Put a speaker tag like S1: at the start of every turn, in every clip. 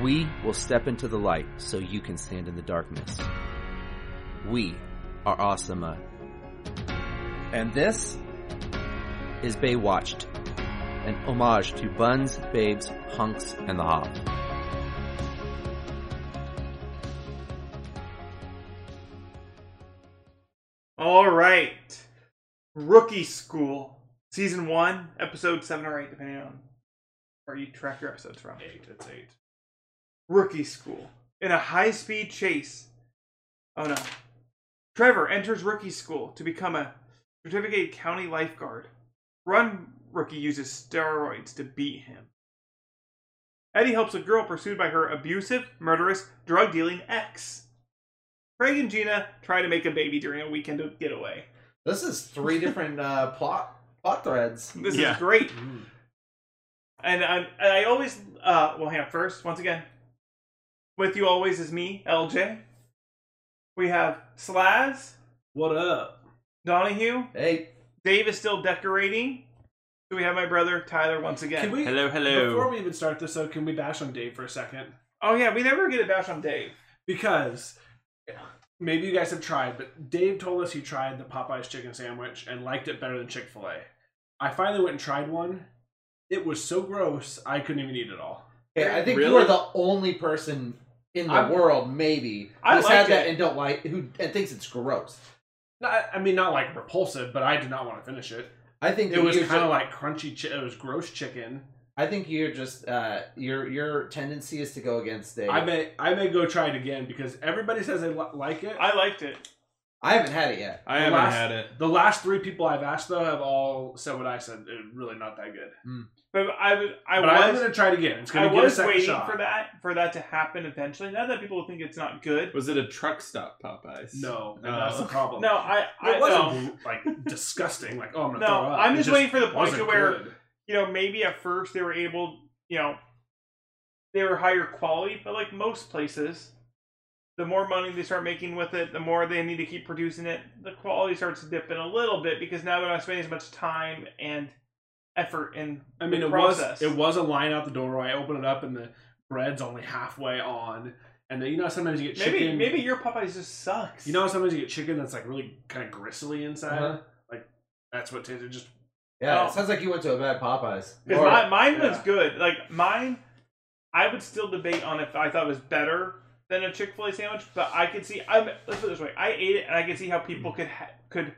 S1: We will step into the light so you can stand in the darkness. We are Asama. And this is Bay Watched, an homage to Buns, Babes, Hunks, and the Hob.
S2: All right. Rookie School, Season 1, Episode 7 or 8, depending on where you track your episodes from.
S3: Eight. It's eight.
S2: Rookie School. In a high speed chase. Oh no. Trevor enters Rookie School to become a certificated county lifeguard. Run Rookie uses steroids to beat him. Eddie helps a girl pursued by her abusive, murderous, drug dealing ex. Craig and Gina try to make a baby during a weekend getaway.
S4: This is three different uh, plot plot threads.
S2: This is
S3: Yeah.
S2: great. And I'm, and I always, uh, well, hang on. First, once again, with you always is me, LJ. We have Slaz,
S3: What up?
S2: Donahue,
S4: Hey,
S2: Dave is still decorating. So we have my brother Tyler once again.
S3: Can we?
S5: Hello,
S3: Before
S5: hello.
S3: we even start this, though, can we bash on Dave for a second?
S2: oh yeah, we never get a bash on Dave.
S3: Because maybe you guys have tried, but Dave told us he tried the Popeyes chicken sandwich and liked it better than Chick Fil A. I finally went and tried one. It was so gross, I couldn't even eat it all.
S4: hey, I think you
S5: Really?
S4: are the only person in the
S3: I'm-
S4: world, maybe,
S3: I
S4: who's
S3: liked
S4: had that
S3: it.
S4: and don't like who and thinks it's gross.
S3: Not, I mean, not like repulsive, but I did not want to finish it.
S4: I think
S3: It
S4: that
S3: was
S4: you're
S3: kind
S4: ju-
S3: of like crunchy. Chi- it was gross chicken.
S4: I think you're just uh, your your tendency is to go against Dave.
S3: I may, I may go try it again because everybody says they li- like it.
S2: I liked it.
S4: I haven't had it yet.
S5: I
S3: The
S5: haven't
S3: last-
S5: had it.
S3: The last three people I've asked though have all said what I said. It, really not that good.
S2: But I was, I
S3: But I'm
S2: was,
S3: gonna try it again. It's
S2: I
S3: gonna get a
S2: was
S3: second
S2: waiting
S3: shot.
S2: for that for that to happen eventually. Not that people think it's not good.
S5: Was it a truck stop, Popeyes?
S3: No, and
S5: Oh.
S3: that's the problem.
S2: No, I, I no.
S3: it wasn't like disgusting. Like oh, I'm gonna
S2: No,
S3: throw up.
S2: I'm
S3: It
S2: just waiting for the point
S3: wasn't
S2: to where-
S3: good.
S2: you know, maybe at first they were able, you know, they were higher quality, but like most places, the more money they start making with it, the more they need to keep producing it, the quality starts dipping a little bit because now they're not spending as much time and effort in
S3: I mean,
S2: the
S3: it
S2: process.
S3: was it was a line out the door. I open it up and the bread's only halfway on, and then you know how sometimes you get
S2: maybe
S3: chicken.
S2: maybe your Popeyes just sucks.
S3: you know how sometimes you get chicken that's like really kind of gristly inside.
S4: Uh-huh.
S3: Like that's what tasted just
S4: Yeah,
S2: Oh.
S4: it sounds like you went to a bad Popeyes.
S2: because
S4: Or-
S2: my, mine was
S3: yeah.
S2: good. Like mine, I would still debate on if I thought it was better than a Chick Fil A sandwich, but I could see. I'm let's put it this way: I ate it, and I could see how
S3: Mm.
S2: people could ha- could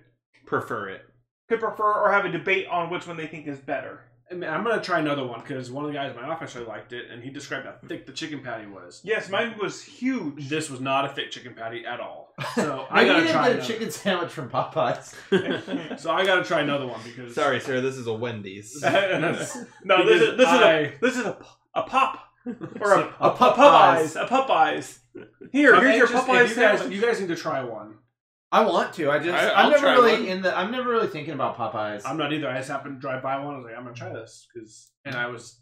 S5: Prefer it.
S2: could prefer or have a debate on which one they think is better.
S3: I mean, I'm gonna try another one because one of the guys in my office really liked it, and he described how thick the chicken patty was.
S2: Yes, mine was huge.
S3: This was not a thick chicken patty at all. So I
S4: Maybe you
S3: gotta
S4: didn't
S3: try
S4: get a
S3: another.
S4: chicken sandwich from Popeyes.
S3: So I gotta try another one because
S5: Sorry, sir. This is a Wendy's.
S2: no, this is
S3: Because
S2: this is a
S3: I-
S2: this is a, a pop or a,
S4: A
S2: a Popeyes a Popeyes. Here,
S3: I'm
S2: here's your
S3: anxious-
S2: Popeyes
S3: if you guys,
S2: sandwich.
S3: you guys need to try one.
S4: I want to. I just
S5: I-
S4: I,
S5: I'll
S4: am never
S5: try
S4: really
S5: one.
S4: in the. I'm never really thinking about Popeyes.
S3: I'm not either. I just happened to drive by one. I was like, I'm gonna try this because, and I was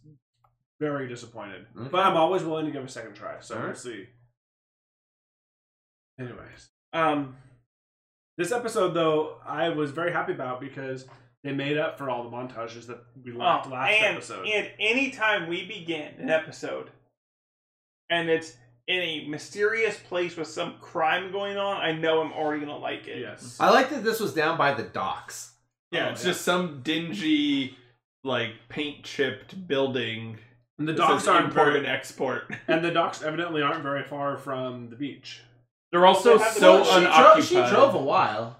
S3: very disappointed.
S4: Okay.
S3: But I'm always willing to give it a second try. So
S4: Mm-hmm. All right.
S3: we'll see. Anyways,
S2: Um,
S3: this episode though, I was very happy about because they made up for all the montages that we left
S2: oh,
S3: last
S2: and
S3: episode.
S2: and anytime we begin an episode, and it's in a mysterious place with some crime going on, I know I'm already gonna like it.
S3: yes,
S4: I like that this was down by the docks.
S5: yeah,
S3: Oh,
S5: it's
S3: yeah.
S5: just some dingy, like paint chipped building.
S3: and the
S5: that
S3: docks
S5: says
S3: aren't
S5: import
S3: very,
S5: and export.
S3: and the docks evidently aren't very far from the beach.
S5: They're also
S2: They have-
S5: so
S2: Well, she
S5: unoccupied.
S4: she drove a while.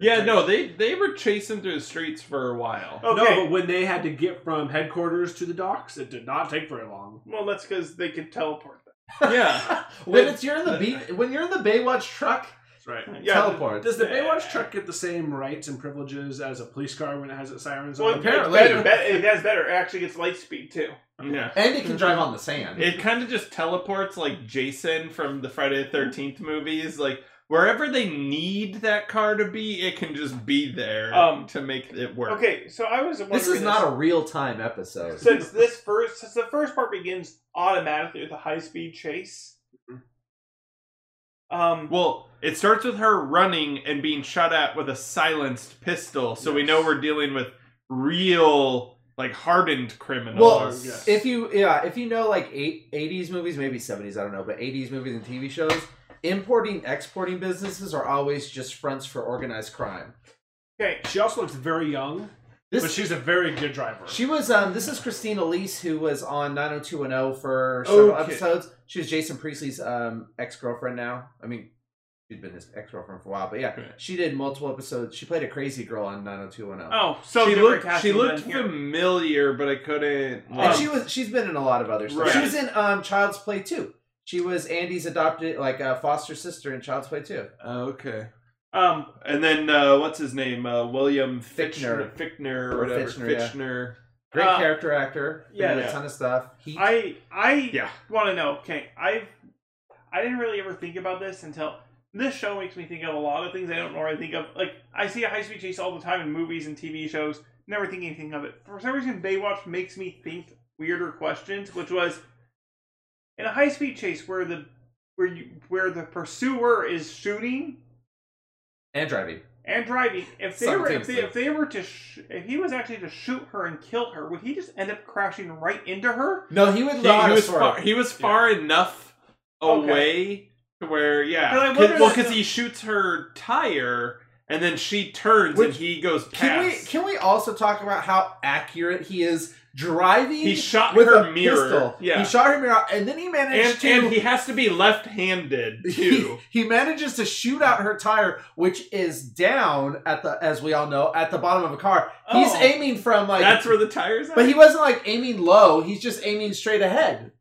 S5: yeah, no, they they were chasing through the streets for a while.
S2: Okay.
S3: No, but when they had to get from headquarters to the docks, it did not take very long.
S2: Well, that's because they could teleport.
S5: Yeah,
S4: When
S5: They-
S4: it's you're in the beach, when you're in the Baywatch truck,
S3: That's right.
S2: Yeah,
S4: teleport.
S3: Does the
S2: Yeah.
S3: Baywatch truck get the same rights and privileges as a police car when it has its sirens
S2: Well,
S3: on?
S2: it-
S4: apparently.
S2: It, better, bet- it has better. It actually gets light speed too.
S5: yeah.
S4: and it can drive on the sand.
S5: It kind of just teleports like Jason from the Friday the Thirteenth movies. Like wherever they need that car to be, it can just be there
S2: Um,
S5: to make it work.
S2: Okay, so I was.
S4: this is not a real time episode.
S2: Since this first, since the first part begins automatically with a high speed chase. Um.
S5: Well, it starts with her running and being shot at with a silenced pistol, so we
S3: Yes.
S5: know we're dealing with real like hardened criminals.
S4: Well,
S3: yes.
S4: if you yeah, if you know like eight, 80s movies, maybe 70s, I don't know, but 80s movies and TV shows, importing exporting businesses are always just fronts for organized crime.
S2: Okay,
S3: She also looks very young,
S4: This
S3: but she's a very good driver.
S4: She was. Um, this is Christina Lees, who was on 90210 for several
S5: Okay.
S4: episodes. She was Jason Priestley's um, ex girlfriend. Now, I mean, she'd been his ex girlfriend for a while, but yeah,
S5: Right.
S4: she did multiple episodes. She played a crazy girl on 90210.
S2: oh, so
S5: she
S2: different
S5: looked she
S2: casting
S5: looked
S2: than here.
S5: familiar, but I couldn't.
S4: and
S5: um,
S4: she was. She's been in a lot of other stuff.
S5: Right.
S4: She was in um, Child's Play too. She was Andy's adopted, like uh, foster sister in Child's Play too.
S5: Oh, okay.
S2: Um,
S5: And then uh, what's his name? Uh, William Fichtner,
S4: Fichtner.
S5: Fichtner,
S4: Or
S5: or whatever.
S4: Fichtner, yeah.
S5: Fichtner.
S4: Great
S2: Uh,
S4: character actor.
S2: yeah,
S4: Yeah, a
S5: yeah.
S4: ton of stuff. He,
S2: I I
S5: Yeah.
S2: want to know. Okay, I've I didn't really ever think about this until this show makes me think of a lot of things I don't normally think of. Like I see a high speed chase all the time in movies and TV shows. Never think anything of it. For some reason, Baywatch makes me think weirder questions, which was in a high speed chase where the where you where the pursuer is shooting
S4: and driving.
S2: and driving. If they were if they,
S4: Simultaneously.
S2: if they were to sh- if he was actually to shoot her and kill her, would he just end up crashing right into her?
S4: No, he would.
S5: He,
S4: He,
S5: he was far, he was far enough
S2: Okay.
S5: away to where yeah,
S2: 'Cause I
S5: 'Cause-
S2: wonder
S5: well,
S2: if-
S5: because he shoots her tire and then she turns
S4: Which-
S5: and he goes past.
S4: Can we can we also talk about how accurate he is driving?
S5: he shot
S4: with
S5: her
S4: a
S5: mirror.
S4: pistol.
S5: Yeah,
S4: He shot her mirror, and then he
S5: and,
S4: managed to.
S5: and he has to be left-handed
S4: he,
S5: too.
S4: he manages to shoot out her tire, which is down at the, as we all know, at the bottom of a car. He's
S2: Oh.
S4: aiming from like,
S5: That's where the tires. Are?
S4: but he wasn't like aiming low. He's just aiming straight ahead.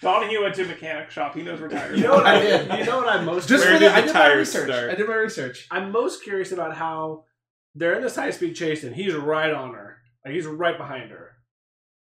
S2: Donahue went to mechanic shop. He knows retired.
S3: you know what
S4: I
S3: I,
S4: did.
S3: You know what I'm most
S4: Just
S5: Where
S4: for
S5: did
S4: the,
S5: the
S4: I did my
S5: tires
S4: research.
S5: start?
S4: I did my research.
S3: I'm most curious about how they're in this high speed chase and he's right on her. Like he's right behind her.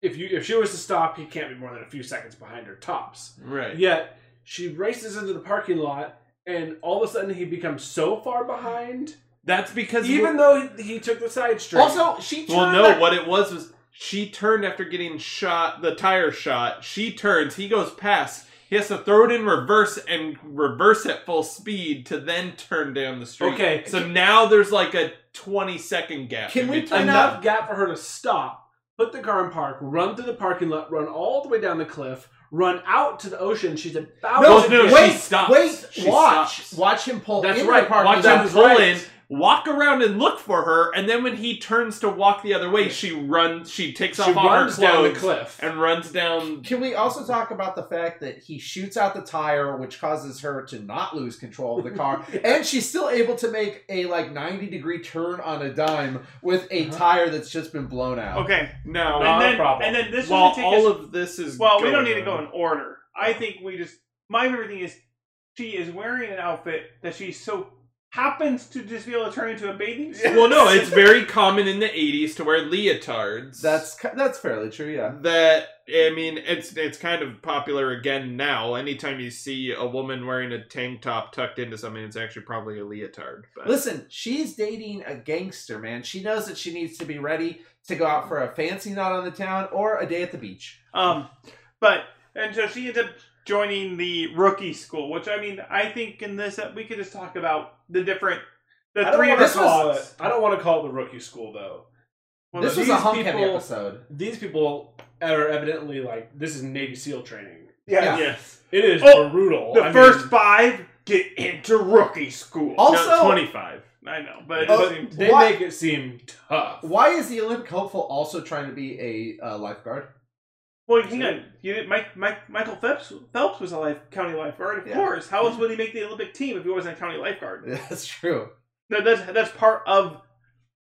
S3: If you if she was to stop, he can't be more than a few seconds behind her tops.
S5: right.
S3: Yet she races into the parking lot and all of a sudden he becomes so far behind.
S5: That's because
S3: Even though he, he took the side street.
S4: Also, she turned
S5: Well, no,
S4: back-
S5: what it was was she turned after getting shot, the tire shot. She turns, he goes past. He has to throw it in reverse and reverse at full speed to then turn down the street.
S3: Okay.
S5: So now there's like a 20 second gap.
S4: Can
S5: in
S4: we
S5: between.
S4: point
S3: enough gap for her to stop, put the car in park, run through the parking lot, run all the way down the cliff, run out to the ocean. She's about
S4: No,
S3: to
S5: no,
S3: get-
S5: she
S4: wait,
S5: stops.
S4: wait,
S5: She
S4: watch,
S5: stops.
S4: watch him pull.
S3: That's
S4: into
S3: right.
S4: The parking
S5: Watch
S4: lot.
S5: him pull
S3: right.
S5: in, walk around and look for her, and then when he turns to walk the other way, she runs, she takes
S3: she
S5: off all her
S3: runs
S5: clothes
S3: down the cliff.
S5: and runs down.
S4: Can we also talk about the fact that he shoots out the tire, which causes her to not lose control of the car, and she's still able to make a like ninety degree turn on a dime with a
S3: Uh-huh.
S4: tire that's just been blown out?
S2: Okay,
S5: No,
S2: and
S3: a
S2: then
S3: problem.
S2: and then this
S5: uh, while
S2: is
S5: all of this is
S2: well, we don't
S5: going
S2: need to go
S5: on.
S2: in order. I think we just my favorite thing is she is wearing an outfit that she so happens to just be able to turn into a bathing suit.
S5: Well, no, it's very common in the '80s to wear leotards.
S4: That's ki- that's fairly true. Yeah,
S5: that. I mean, it's it's kind of popular again now. Anytime you see a woman wearing a tank top tucked into something, it's actually probably a leotard. But
S4: listen, she's dating a gangster man. She knows that she needs to be ready to go out for a fancy night on the town or a day at the beach.
S2: um, but and so she ends up joining the rookie school, which I mean, I think in this uh, we could just talk about the different the
S3: I don't
S2: three
S3: want
S2: of
S3: to
S4: This
S3: call
S4: was-
S3: it. I don't want to call it the rookie school though.
S2: Well,
S4: this was
S3: these
S4: a hunk heavy
S3: people-
S4: episode.
S3: These people are evidently like this is Navy SEAL training.
S4: Yeah.
S5: yes,
S3: It is
S2: Oh,
S3: brutal.
S2: the
S3: I mean,
S2: first five get into rookie school.
S4: Also-
S5: no, twenty-five.
S2: I know, but it
S4: Oh,
S2: seems-
S3: they
S4: Why-
S3: make it seem tough.
S4: Why is the Olympic hopeful also trying to be a uh, lifeguard?
S2: Well, hang on. You did, Mike, Mike, Michael Phelps, Phelps was a life, county lifeguard, of
S4: Yeah.
S2: course. How else would he make the Olympic team if he wasn't a county lifeguard?
S4: That's true.
S2: No, that's that's part of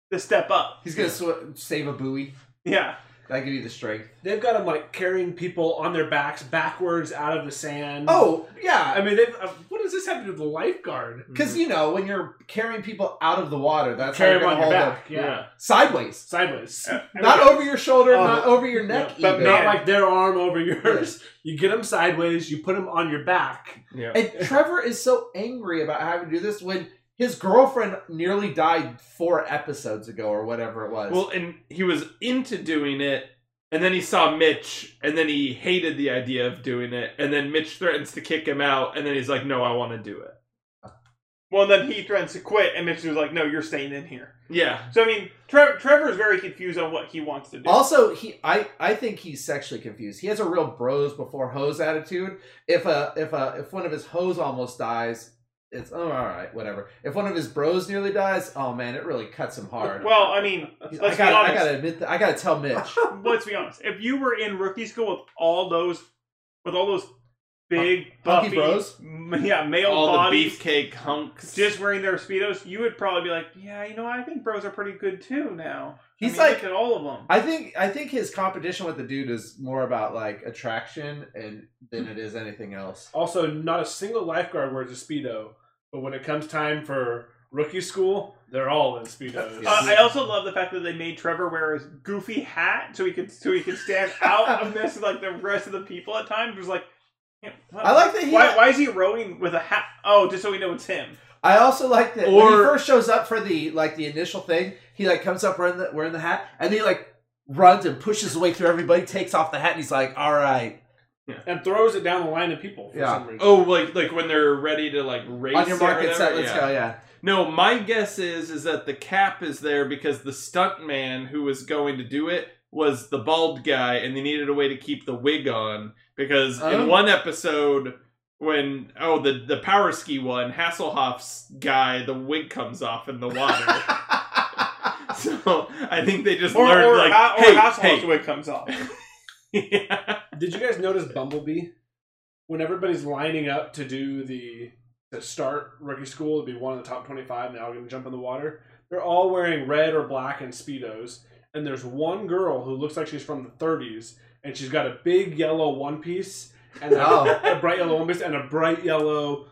S2: the step up.
S4: He's gonna sw- save a buoy.
S2: Yeah,
S4: That give you the strength.
S3: They've got them like carrying people on their backs backwards out of the sand.
S4: Oh yeah,
S3: I mean, they've, uh, what does this have to do with the lifeguard?
S4: Because you know when you're carrying people out of the water, that's how
S3: Carry them
S4: you're
S3: on
S4: gonna
S3: your
S4: hold
S3: back,
S4: them
S3: yeah.
S4: sideways,
S3: sideways.
S4: not over your shoulder,
S3: Oh,
S4: not over your
S3: Yeah,
S4: neck,
S3: but
S4: even.
S3: not like their arm over yours. You get them sideways. You put them on your back.
S5: Mm-hmm. Yeah,
S4: and Trevor is so angry about having to do this when his girlfriend nearly died four episodes ago or whatever it was.
S5: Well, and he was into doing it, and then he saw Mitch, and then he hated the idea of doing it, and then Mitch threatens to kick him out, and then he's like, "No, I want to do it."
S2: Well, then he threatens to quit, and Mitch was like, "No, you're staying in here."
S5: Yeah.
S2: So I mean, Tre- Trevor's very confused on what he wants to do.
S4: Also, he I I think he's sexually confused. He has a real bros before hoes attitude. If a if a if one of his hoes almost dies, it's oh all right, whatever. If one of his bros nearly dies, oh man, it really cuts him hard.
S2: well, I mean,
S4: He's-
S2: let's
S4: I gotta
S2: be honest.
S4: I gotta admit that I gotta tell Mitch.
S2: let's be honest. If you were in rookie school with all those, with all those big
S4: hunky
S2: buffy,
S4: bros?
S2: m- yeah, male
S5: All
S2: bodies,
S5: the beefcake hunks.
S2: just wearing their speedos, you would probably be like, "Yeah, you know, I think bros are pretty good too now." I
S4: He's
S2: mean,
S4: like-
S2: look at all of them.
S4: I think I think his competition with the dude is more about like attraction and than it is anything else.
S3: Also, not a single lifeguard wears a speedo, but when it comes time for rookie school, they're all in speedos.
S2: Uh, I also love the fact that they made Trevor wear his goofy hat so he could so he could stand out amidst like the rest of the people at times. It was like, yeah, what-
S4: I like that he.
S2: why, why is he rowing with a hat? Oh, just so we know it's him.
S4: I also like that when he
S5: Or-
S4: first shows up for the like the initial thing, he like comes up wearing the wearing the hat, and he like runs and pushes his way through everybody, takes off the hat, and he's like, "All right,
S3: and throws it down the line of people for
S4: Yeah.
S3: some reason.
S5: Oh, like like when they're ready to like race
S4: on your
S5: or
S4: market set,
S5: whatever?
S4: let's
S5: Yeah.
S4: go." Yeah,
S5: No, my guess is is that the cap is there because the stunt man who was going to do it was the bald guy, and they needed a way to keep the wig on because
S4: Oh.
S5: in one episode when oh the the power ski one Hasselhoff's guy the wig comes off in the water. so I think they just
S2: Or
S5: learned
S2: or,
S5: like
S2: Ha- or
S5: hey
S2: Hasselhoff's
S5: hey.
S2: wig comes off.
S5: yeah.
S3: Did you guys notice Bumblebee? When everybody's lining up to do the to start rookie school to be one of the top twenty five, now going to jump in the water. They're all wearing red or black and speedos, and there's one girl who looks like she's from the thirties, and she's got a big yellow one piece and a,
S4: Oh.
S3: a bright yellow one piece and a bright yellow,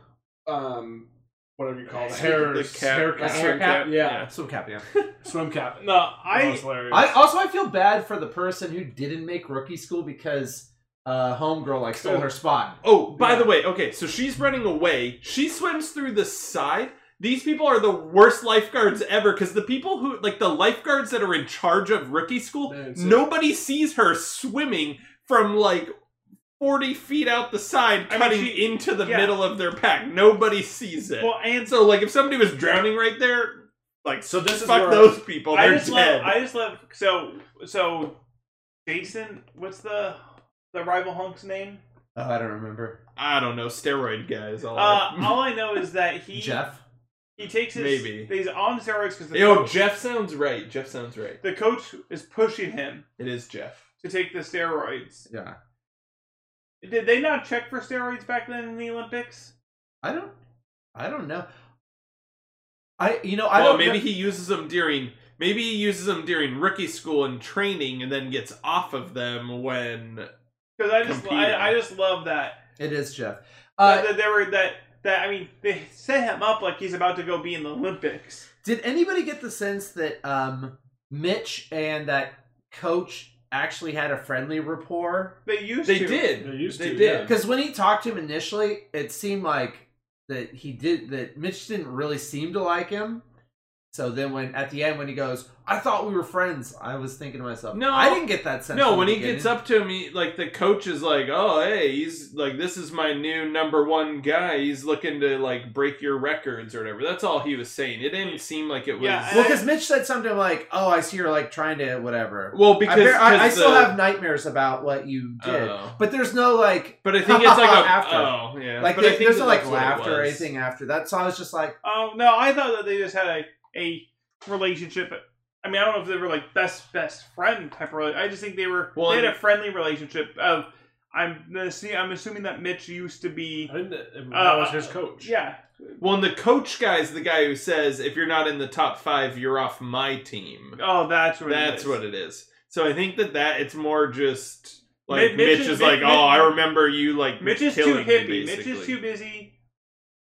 S3: um, whatever you call it, hair,
S5: The cap-
S3: hair
S5: the
S3: cap,
S4: hair
S5: cap,
S3: yeah,
S4: swim cap. Yeah,
S3: swim cap.
S2: No,
S3: That
S2: I
S3: was hilarious.
S4: I also I feel bad for the person who didn't make rookie school because uh, homegirl like stole her spot.
S5: Oh, by
S3: Yeah.
S5: the way, okay, so she's running away. She swims through the side. These people are the worst lifeguards ever because the people who, like the lifeguards that are in charge of rookie school,
S3: Man, it's-
S5: nobody sees her swimming from like 40 feet out the side,
S2: I mean,
S5: cutting
S2: she-
S5: into the
S2: yeah.
S5: middle of their pack. Nobody sees it.
S2: well, and
S5: and so, like, if somebody was drowning right there, like,
S3: So this is
S5: fuck
S3: where-
S5: those people.
S2: I
S5: They're
S2: just
S5: dead.
S2: love. I just love. So so, Jason, what's the the rival hunk's name?
S4: Oh, I don't remember.
S5: I, don't know. Steroid guys. All
S2: Uh,
S5: right.
S2: all I know is that he
S4: Jeff.
S2: he takes his
S5: Maybe.
S2: he's on steroids because the,
S5: Yo,
S2: coach-
S5: Jeff sounds right. Jeff sounds right.
S2: the coach is pushing him
S5: It is Jeff.
S2: to take the steroids.
S4: Yeah,
S2: Did they not check for steroids back then in the Olympics?
S4: I don't. I don't know. I you know I
S5: well,
S4: don't
S5: maybe
S4: know.
S5: he uses them during maybe he uses them during rookie school and training, and then gets off of them when
S2: Because I just
S5: Competing.
S2: I, I just love that
S4: it is Jeff.
S2: that,
S4: Uh,
S2: that there were that that I mean they set him up like he's about to go be in the Olympics.
S4: Did anybody get the sense that um, Mitch and that coach actually had a friendly rapport?
S2: They used
S5: they
S2: to.
S5: did.
S3: They used
S5: They
S3: to,
S5: did.
S3: yeah.
S4: Because when he talked to him initially, it seemed like that he did that. Mitch didn't really seem to like him. So then, when at the end, when he goes, "I thought we were friends," I was thinking to myself,
S5: No.
S4: I didn't get that sense."
S5: No,
S4: from
S5: when
S4: the
S5: he gets
S4: beginning."
S5: up to him, he, like the coach is like, "Oh, hey, he's like this is my new number one guy. He's looking to like break your records or whatever." That's all he was saying. It didn't seem like it was.
S2: Yeah,
S4: well, because Mitch said something like, "Oh, I see you're like trying to whatever."
S5: well, because
S4: I, I, I
S5: 'cause
S4: still
S5: the-
S4: have nightmares about what you did,
S5: oh.
S4: but there's no like
S5: But I think it's like a
S4: After.
S5: oh yeah.
S4: like
S5: but I
S4: there-
S5: think
S4: there's
S5: that
S4: no like
S5: that's what it
S4: laughter or
S5: was.
S4: anything after that. So I was just like,
S2: Oh no, I thought that they just had a a relationship. I mean, I don't know if they were like best best friend type of. rela- I just think they were.
S5: Well,
S2: they had
S5: and-
S2: a friendly relationship of. I'm gonna see. I'm assuming that Mitch used to be.
S3: I didn't, that
S2: Uh,
S3: was his coach.
S2: Yeah,
S5: Well, and the coach guy's the guy who says, "If you're not in the top five, you're off my team."
S2: Oh, that's what.
S5: That's
S2: it is.
S5: what it is. So I think that that it's more just like
S2: Mi- Mitch
S5: Mitch,
S2: is-
S5: is,
S2: Mi-
S5: like,
S2: Mi-
S5: oh, I remember you like
S2: Mitch is too
S5: killing me,
S2: hippie. Mitch is
S5: basically."
S2: too busy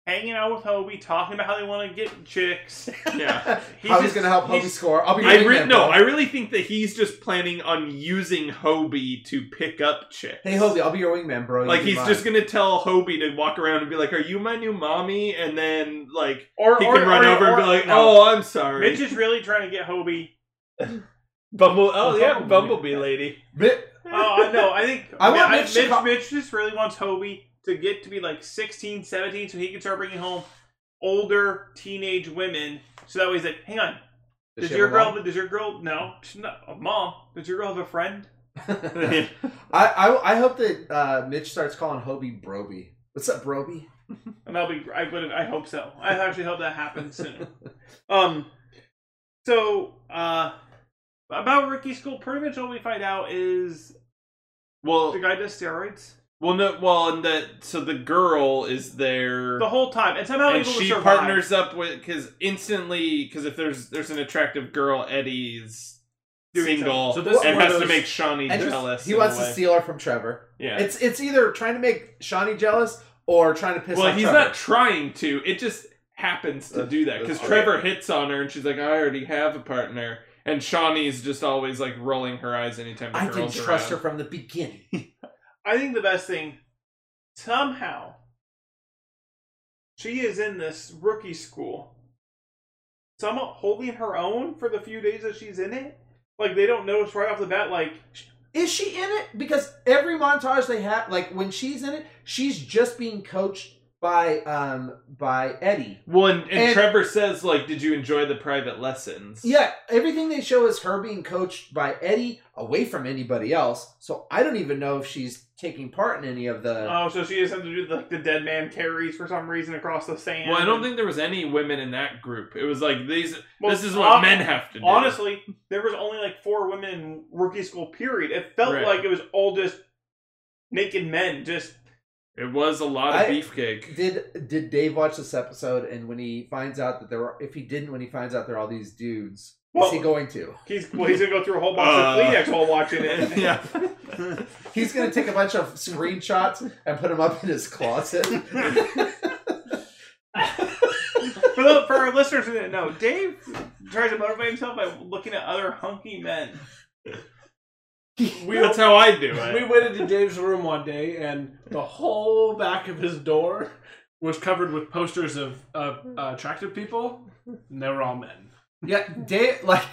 S2: hanging out with Hobie, talking about how they want to get chicks.
S5: Yeah.
S2: He's
S4: "How's
S2: just-
S4: gonna help Hobie
S2: he's-
S4: score?" I'll be.
S5: I
S4: right
S5: re-
S4: there, bro.
S5: no, I really think that he's just planning on using Hobie to pick up chicks.
S4: Hey Hobie, I'll be your wingman, bro. You
S5: Like
S4: do
S5: he's
S4: mine.
S5: just gonna tell Hobie to walk around and be like, "Are you my new mommy?" And then like
S2: Or,
S5: he
S2: or-
S5: can run
S2: or-
S5: over and
S2: or-
S5: be like,
S2: no.
S5: "Oh, I'm sorry."
S2: Mitch is really trying to get Hobie.
S5: Bumble. Oh yeah,
S3: Bumblebee.
S5: Bumblebee lady.
S4: Bit-
S2: Oh, I know. I think
S4: I want
S2: Mi-
S4: Mitch to co-
S2: Mitch just really wants Hobie to get to be like 16, 17 so he can start bringing home older teenage women, so that way he's like, hang on,
S4: Does
S2: does,
S4: she
S2: your
S4: have a
S2: girl? Does your girl? No, she's not a mom. Does your girl have a friend?
S4: mom? I, I I hope that uh, Mitch starts calling Hobie Broby. What's up, Broby?
S2: And that'll be. I would. I hope so. I actually hope that happens soon. Um. So, uh, about Ricky School, pretty much all we find out is
S5: well,
S2: the guy does steroids
S5: well, no, well, and that so the girl is there.
S2: the whole time, and somehow
S5: and
S2: able to
S5: she
S2: survive.
S5: partners up with because instantly because if there's there's an attractive girl Eddie's
S2: Doing
S5: single
S3: something. So this is
S5: and
S3: one of
S5: has to
S3: those-
S5: make Shawnee
S4: And just-
S5: jealous.
S4: he
S5: in
S4: wants
S5: a
S4: to
S5: way.
S4: steal her from Trevor.
S5: Yeah.
S4: It's it's either trying to make Shawnee jealous or trying to piss
S5: well,
S4: off
S5: he's
S4: Trevor.
S5: not trying to. It just happens to
S4: That's-
S5: do that because
S4: that's
S5: Trevor hits on her and she's like, "I already have a partner." And Shawnee's just always like rolling her eyes anytime the
S4: I
S5: girls
S4: didn't trust her
S5: around.
S4: from the beginning.
S2: I think the best thing, somehow, she is in this rookie school, somewhat holding her own for the few days that she's in it. Like they don't notice right off the bat. Like
S4: Is she in it? Because every montage they have, like when she's in it, she's just being coached by um by Eddie.
S5: Well, and, and,
S4: And-
S5: Trevor says like, "Did you enjoy the private lessons?"
S4: Yeah, everything they show is her being coached by Eddie away from anybody else. So I don't even know if she's taking part in any of
S5: Uh.
S4: the.
S2: oh, so she has something to do with like the dead man carries for some reason across the sand.
S5: Well, I don't think there was any women in that group. It was like these.
S2: Well,
S5: this is what
S2: hon-
S5: men have to do.
S2: Honestly, there was only like four women in rookie school. Period. It felt
S5: Right.
S2: like it was all just naked men. Just
S5: it was a lot of
S4: I-
S5: beefcake.
S4: Did did Dave watch this episode? And when he finds out that there were, if he didn't, when he finds out there are all these dudes, what's he
S2: Well-
S4: going to?
S2: he's well, he's gonna go through a whole box of
S5: Uh.
S2: Kleenex while watching it.
S5: yeah.
S4: He's going to take a bunch of screenshots and put them up in his closet.
S2: for, the, for our listeners who didn't know, Dave tries to motivate himself by looking at other hunky men.
S3: We
S5: That's how I do it.
S3: we went into Dave's room one day, and the whole back of his door was covered with posters of, of uh, attractive people, and they were all men.
S4: Yeah, Dave. Like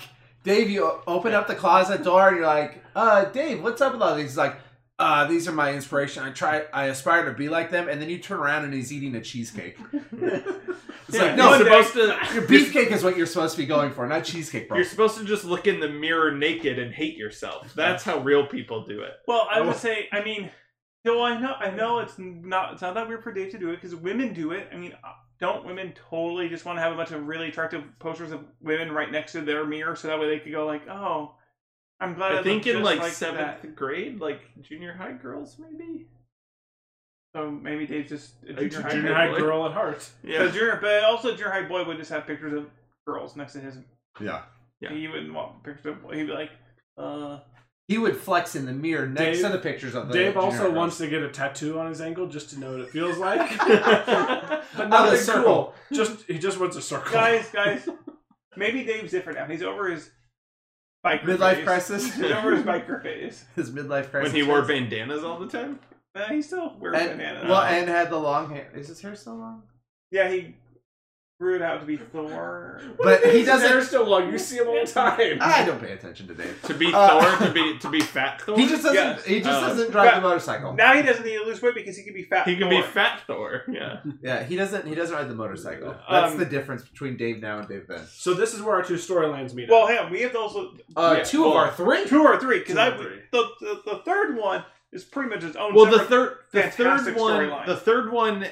S4: Dave, you open up the closet door and you're like, "Uh, Dave, what's up with all these?" He's like, "Uh, these are my inspiration. I try. I aspire to be like them." And then you turn around and he's eating a cheesecake. It's
S5: Yeah,
S4: like, no,
S5: you're
S2: one
S5: supposed to.
S4: your beefcake is what you're supposed to be going for, not cheesecake, bro.
S5: You're supposed to just look in the mirror naked and hate yourself. That's how real people do it.
S2: Well, I would say, I mean, no, I know, I know it's not it's not that weird for Dave to do it because women do it. I mean, uh, don't women totally just want to have a bunch of really attractive posters of women right next to their mirror so that way they could go like, oh, I'm glad. I,
S5: I
S2: look
S5: think in
S2: just
S5: like,
S2: like
S5: seventh
S2: that.
S5: grade, like junior high girls, maybe.
S2: So maybe Dave's just a
S5: It's
S2: junior,
S5: a
S2: high,
S3: Junior
S5: Junior
S3: high
S5: boy.
S3: girl at heart.
S2: But junior, but also junior high boy would just have pictures of girls next to his.
S4: Yeah.
S5: Yeah.
S2: He wouldn't want pictures of. He'd be like, uh.
S4: He would flex in the mirror next
S3: Dave-
S4: to the pictures of the.
S3: Dave also
S4: generic.
S3: wants to get a tattoo on his ankle just to know what it feels like. but
S4: Not a circle.
S3: not circle. Just he just wants a circle.
S2: guys, guys. Maybe Dave's different now. He's over his biker
S4: midlife
S2: phase.
S4: crisis.
S2: He's over his biker phase.
S4: His midlife crisis.
S5: when he wore bandanas all the time.
S2: Uh, he still wears
S4: And,
S2: banana.
S5: Uh-huh.
S4: well, and had the long hair. Is his hair still long?
S2: yeah, he grew it out to be Thor.
S4: But he doesn't.
S3: They're still long. You see him all the time.
S4: I don't pay attention to Dave.
S5: To be
S4: Uh,
S5: Thor, to be to be fat Thor.
S4: He just doesn't.
S2: Yes.
S4: He just
S5: Uh,
S4: doesn't drive the
S2: but-
S4: motorcycle.
S2: Now he doesn't need to lose weight because he can be fat.
S5: He can
S2: Thor.
S5: be fat Thor. Yeah.
S4: Yeah, he doesn't. He doesn't ride the motorcycle. That's
S2: Um,
S4: the difference between Dave now and Dave then.
S3: So this is where our two storylines meet.
S2: Well,
S3: up.
S2: him. We have to also
S4: Uh,
S5: yeah,
S4: two of
S5: well,
S4: our three.
S2: two or three because
S3: Two or
S2: I
S3: three.
S2: the, the the third one is pretty much its own.
S5: Well, the
S2: separate-
S5: third, the
S2: fantastic
S5: third one,
S2: storyline.
S5: the third one,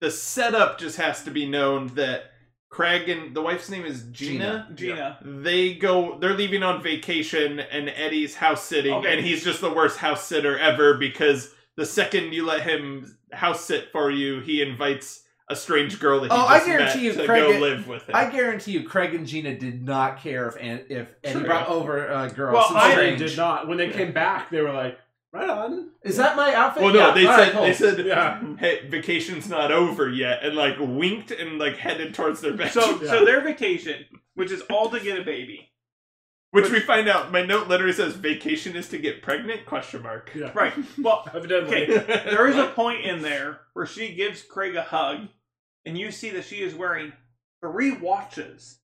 S5: the setup just has to be known that Craig and the wife's name is Gina.
S2: Gina.
S5: They go. They're leaving on vacation, and Eddie's house sitting,
S2: Okay.
S5: and he's just the worst house sitter ever because the second you let him house sit for you, he invites a strange girl that he
S4: Oh, I
S5: just
S4: guarantee
S5: met
S4: you,
S5: to
S4: Craig-
S5: go live with him.
S4: I guarantee you, Craig and Gina did not care if An- if Eddie
S5: Sure.
S4: brought over a girl.
S2: Well,
S4: since
S2: I-
S3: they
S4: Strange.
S3: did not. When they came back, they were like, "Right on."
S4: Is that my outfit?
S5: well, no,
S4: Yeah,
S5: they
S4: all
S5: said
S4: right, cool.
S5: they said
S3: Yeah.
S5: hey, vacation's not over yet, and like winked and like headed towards their bedroom.
S2: So
S3: Yeah.
S2: so their vacation, which is all to get a baby,
S5: Which we find out. My note literally says vacation is to get pregnant? Question mark.
S3: Yeah.
S2: right? Well,
S3: Evidently.
S2: Okay. There is a point in there where she gives Craig a hug, and you see that she is wearing three watches.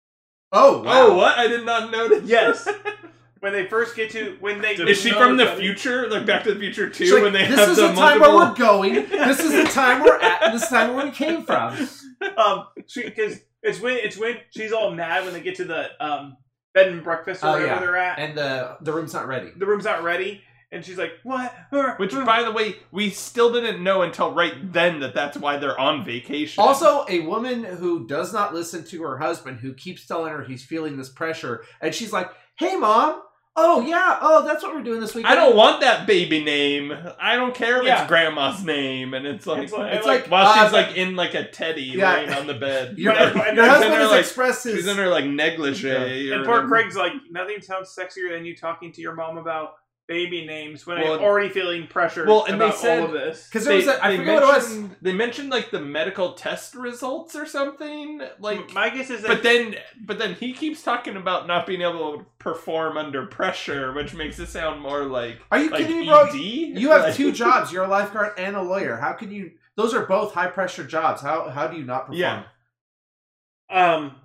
S4: Oh, wow.
S5: Oh, what? I did not notice.
S2: Yes. when they first get to when they
S3: Did
S5: Is she from the
S3: Notice.
S5: future? Like Back to the Future
S4: She's
S5: 2
S4: like,
S5: when they
S4: this
S5: have
S4: is
S5: the
S4: the time
S5: multiple...
S4: where we're going. This is the time we're at. and This is the time where we came from.
S2: um, she because it's when it's when she's all mad when they get to the um bed and breakfast or
S4: Oh,
S2: wherever
S4: yeah.
S2: they're at.
S4: and the the room's not ready.
S2: the room's not ready, and she's like, "What?" Uh,
S5: Which,
S2: uh."
S5: by the way, we still didn't know until right then that that's why they're on vacation.
S4: Also, a woman who does not listen to her husband, who keeps telling her he's feeling this pressure, and she's like, "Hey, mom, oh yeah, oh that's what we're doing this weekend."
S5: I don't want that baby name. I don't care if
S2: Yeah.
S5: it's grandma's name. And it's like,
S2: It's like-
S4: It's
S2: like,
S4: like
S5: while
S4: uh,
S5: she's like in like a teddy
S4: Yeah.
S5: laying on the bed.
S4: your,
S2: Right,
S4: your
S2: right.
S4: husband
S5: She's in her,
S4: has
S5: like-
S4: expressed his.
S5: She's in her like negligee. or
S2: and poor
S5: whatever.
S2: Craig's like, "Nothing sounds sexier than you talking to your mom about baby names when
S5: Well,
S2: I'm already feeling pressure
S5: well, and they
S2: about
S5: said-
S2: all of this."
S4: because there was a, I
S5: they
S4: forget what it was.
S5: mentioned- They mentioned like the medical test results or something. Like,
S2: my guess is that
S5: but then, but then he keeps talking about not being able to perform under pressure, which makes it sound more like
S4: Are you
S5: like
S4: kidding me, bro?
S5: ED.
S4: You have
S5: Like-
S4: two jobs. You're a lifeguard and a lawyer. How can you? Those are both high pressure jobs. How how do you not perform?
S5: Yeah.
S2: um,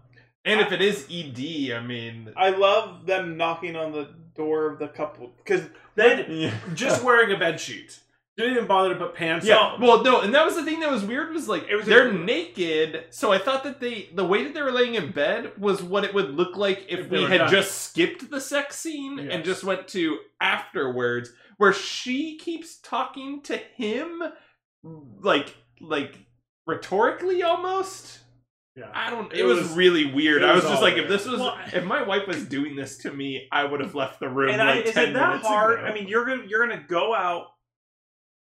S5: And if it is ED, I mean,
S2: I love them knocking on the door of the couple because then
S5: yeah.
S3: Just wearing a bed sheet. Didn't even bother to put pants
S5: Yeah,
S3: on.
S5: well, no, and that was the thing that was weird was like
S2: It was a-
S5: they're naked, so I thought that they the way that they were laying in bed was what it would look like if,
S3: If they
S5: we
S3: were
S5: had
S3: done.
S5: just skipped the sex scene
S3: Yes.
S5: and just went to afterwards, where she keeps talking to him, like like rhetorically almost.
S3: Yeah.
S5: I don't. It,
S3: It
S5: was,
S3: was-
S5: really weird.
S3: it
S5: I was
S3: was all
S5: just like,
S3: weird.
S5: if this was,
S2: Well,
S5: if my wife was doing this to me, I would have left the room.
S2: and I,
S5: like
S2: is
S5: 10
S2: it that
S5: minutes
S2: hard?
S5: ago.
S2: I mean, you're gonna you're gonna go out,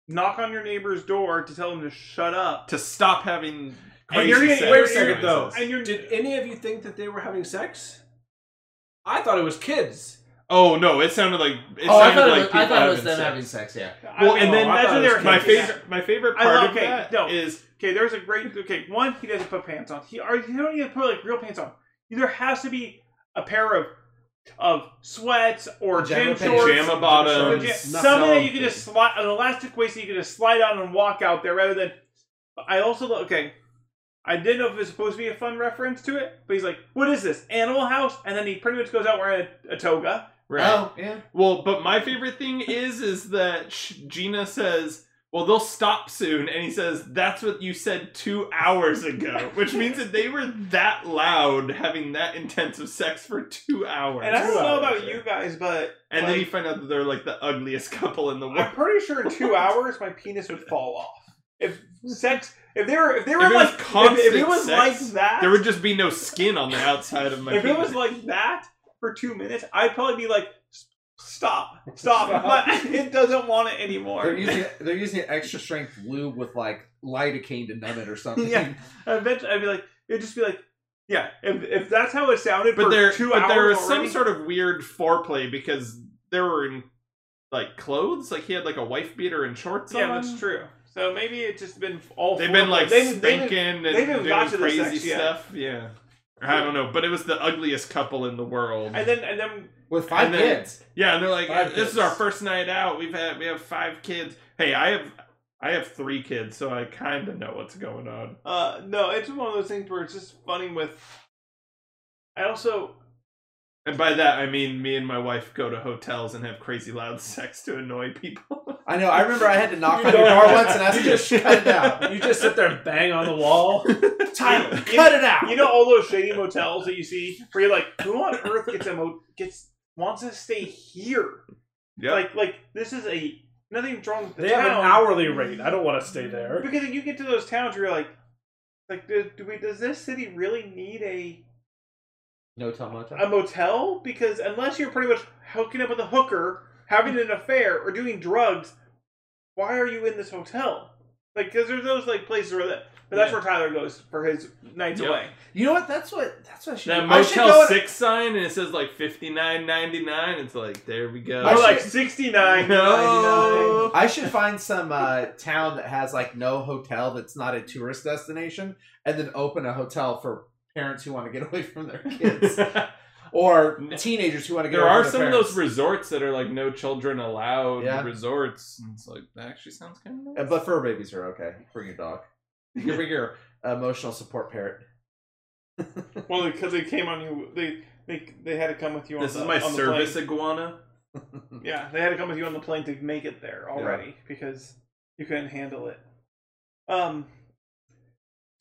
S2: knock on your neighbor's door to tell them to shut up.
S5: to stop having.
S2: And
S5: crazy
S2: you're gonna-
S5: sex
S2: wait a
S3: second, though.
S5: noises.
S2: And you're
S3: Did any of you think that they were having sex? I thought it was kids.
S5: Oh no! It sounded like it
S4: Oh, I
S5: sounded
S4: thought,
S5: like
S4: it was, I
S5: people
S4: thought it was them
S5: sex.
S4: having sex. Yeah.
S5: Well,
S2: I
S5: and then
S3: Oh, I
S2: that's
S3: thought
S2: what
S3: it
S2: they
S3: was
S2: were
S5: my
S2: hinting at.
S5: favorite, my favorite
S2: I
S5: part
S2: love-
S5: of
S2: okay,
S5: that
S2: no.
S4: Oh.
S5: is
S2: Okay, there's a great. Okay, one, he doesn't put pants on. He or he don't even put like real pants on. There has to be a pair of of sweats or
S4: Pajama
S2: gym
S4: pants.
S2: shorts.
S5: pajama bottoms.
S2: Pajama-
S4: Nothing.
S2: Something that you can just slide an elastic waist that you can just slide on and walk out there rather than. I also lo- okay. I didn't know if it was supposed to be a fun reference to it, but he's like, "What is this Animal House?" And then he pretty much goes out wearing a, a toga.
S5: Right.
S4: Oh yeah.
S5: Well, but my favorite thing is is that sh- Gina says, "Well, they'll stop soon," and he says, "That's what you said two hours ago," which means that they were that loud, having that intense of sex for two hours.
S2: And I don't
S3: Two
S2: know
S3: hours,
S2: about
S3: yeah.
S2: you guys, but
S5: And then you
S2: like-
S5: find out that they're like the ugliest couple in the world.
S2: I'm pretty sure in two hours my penis would fall off. If sex, if they were, if they
S5: If
S2: were
S5: it was
S2: like, if, if it
S5: constant
S2: was like
S5: sex,
S2: that,
S5: There would just be no skin on the outside of my.
S2: if it
S5: penis.
S2: was like that for two minutes, I'd probably be like, "S- stop, stop, but it doesn't want it
S4: They're
S2: anymore.
S4: using they're using extra strength lube with like lidocaine to numb it or something.
S2: Yeah. Eventually, I'd be like, it'd just be like, yeah. If, if that's how it sounded
S5: but
S2: for
S5: there,
S2: two
S5: but
S2: hours,
S5: there was
S2: already,
S5: some sort of weird foreplay because they were in like clothes. Like he had like a wife beater and shorts
S2: yeah,
S5: on.
S2: that's true. So maybe it's just been all.
S5: They've
S2: four-
S5: been like
S2: they- they-
S5: spanking and
S2: they didn't
S5: doing
S2: got to the
S5: crazy
S2: sex yet.
S5: stuff. Yeah. I don't know, but it was the ugliest couple in the world.
S2: And then and then
S4: With five
S5: And then-
S4: kids.
S5: yeah, and they're like,
S4: Five
S5: "This
S4: kids.
S5: is our first night out. We've had we have five kids. Hey, I have I have three kids, so I kind of know what's going on."
S2: uh no, it's one of those things where it's just funny with. I also
S5: And by that, I mean me and my wife go to hotels and have crazy loud sex to annoy people.
S4: I know. I remember I had to knock on
S3: You
S4: your
S3: don't-
S4: door once and ask
S3: you
S4: you to
S3: just-
S4: shut it out.
S3: You just sit there and bang on the wall.
S2: Tyler, you-
S4: cut it out.
S2: You know all those shady motels that you see where you're like, who on earth gets a mo- gets wants to stay here?
S5: Yeah.
S2: Like like this is a nothing's wrong with the
S3: They
S2: town.
S3: have an hourly rate. I don't want to stay there.
S2: because you get to those towns where you're like, like do, do we does this city really need a
S4: No tell motel.
S2: a motel? Because unless you're pretty much hooking up with a hooker, having an affair, or doing drugs, why are you in this hotel? Like, because there's those like places where that, but that's
S5: Yeah.
S2: where Tyler goes for his nights
S5: Yep.
S2: away.
S4: You know what? That's what. That's what I should.
S5: That
S4: do. I should
S5: Motel
S4: go in-
S5: Six sign and it says like fifty nine ninety nine. It's like there we go.
S4: I
S2: Or
S4: should-
S2: like sixty nine.
S5: no.
S4: I should find some uh, town that has like no hotel that's not a tourist destination, and then open a hotel for parents who want to get away from their kids
S5: there
S4: or
S5: No.
S4: teenagers who want to get. away
S5: are
S4: from
S5: some
S4: their
S5: of those
S4: parents.
S5: resorts that are like no children allowed
S4: Yeah.
S5: resorts. And it's like that actually sounds kind of
S4: Uh,
S5: nice.
S4: But fur babies are okay. Bring your dog. You can bring your emotional support parrot.
S2: Well, because they came on you, they they they had to come with you. On
S5: this
S2: the,
S5: is my
S2: on the
S5: service
S2: plane.
S5: iguana.
S2: Yeah, they had to come with you on the plane to make it there already because you couldn't handle it. Um.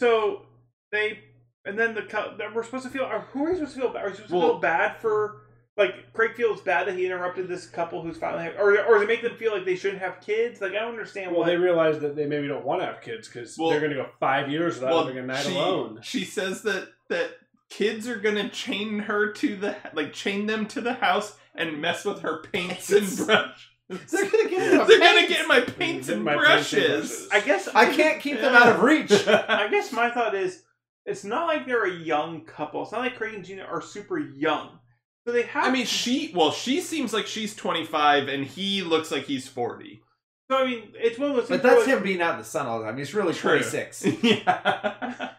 S2: So they and then the co- that we're supposed to feel. Are, who are we supposed to feel bad? Are we supposed to
S5: Well-
S2: feel bad for like Craig feels bad that he interrupted this couple who's finally have, or or they make them feel like they shouldn't have kids? Like I don't understand
S3: Well,
S2: what
S3: they realize that they maybe don't want to have kids because
S5: Well-
S3: they're going to go five years without
S5: well,
S3: having a night
S5: she,
S3: alone.
S5: she says that that kids are gonna chain her to the like chain them to the house and mess with her paints and brushes.
S4: They're gonna get
S5: They're
S4: in
S5: gonna get my paints
S3: Get
S5: and
S3: my paints and
S5: brushes.
S2: I guess
S4: I can't keep them out of reach.
S2: I guess my thought is, it's not like they're a young couple. It's not like Craig and Gina are super young, so they have.
S5: I mean, she well, she seems like she's 25 and he looks like he's 40.
S2: so I mean, it's one of those.
S4: But
S2: things where,
S4: that's
S2: like,
S4: him being out in the sun all the time. He's really
S5: True.
S4: 26.
S5: yeah.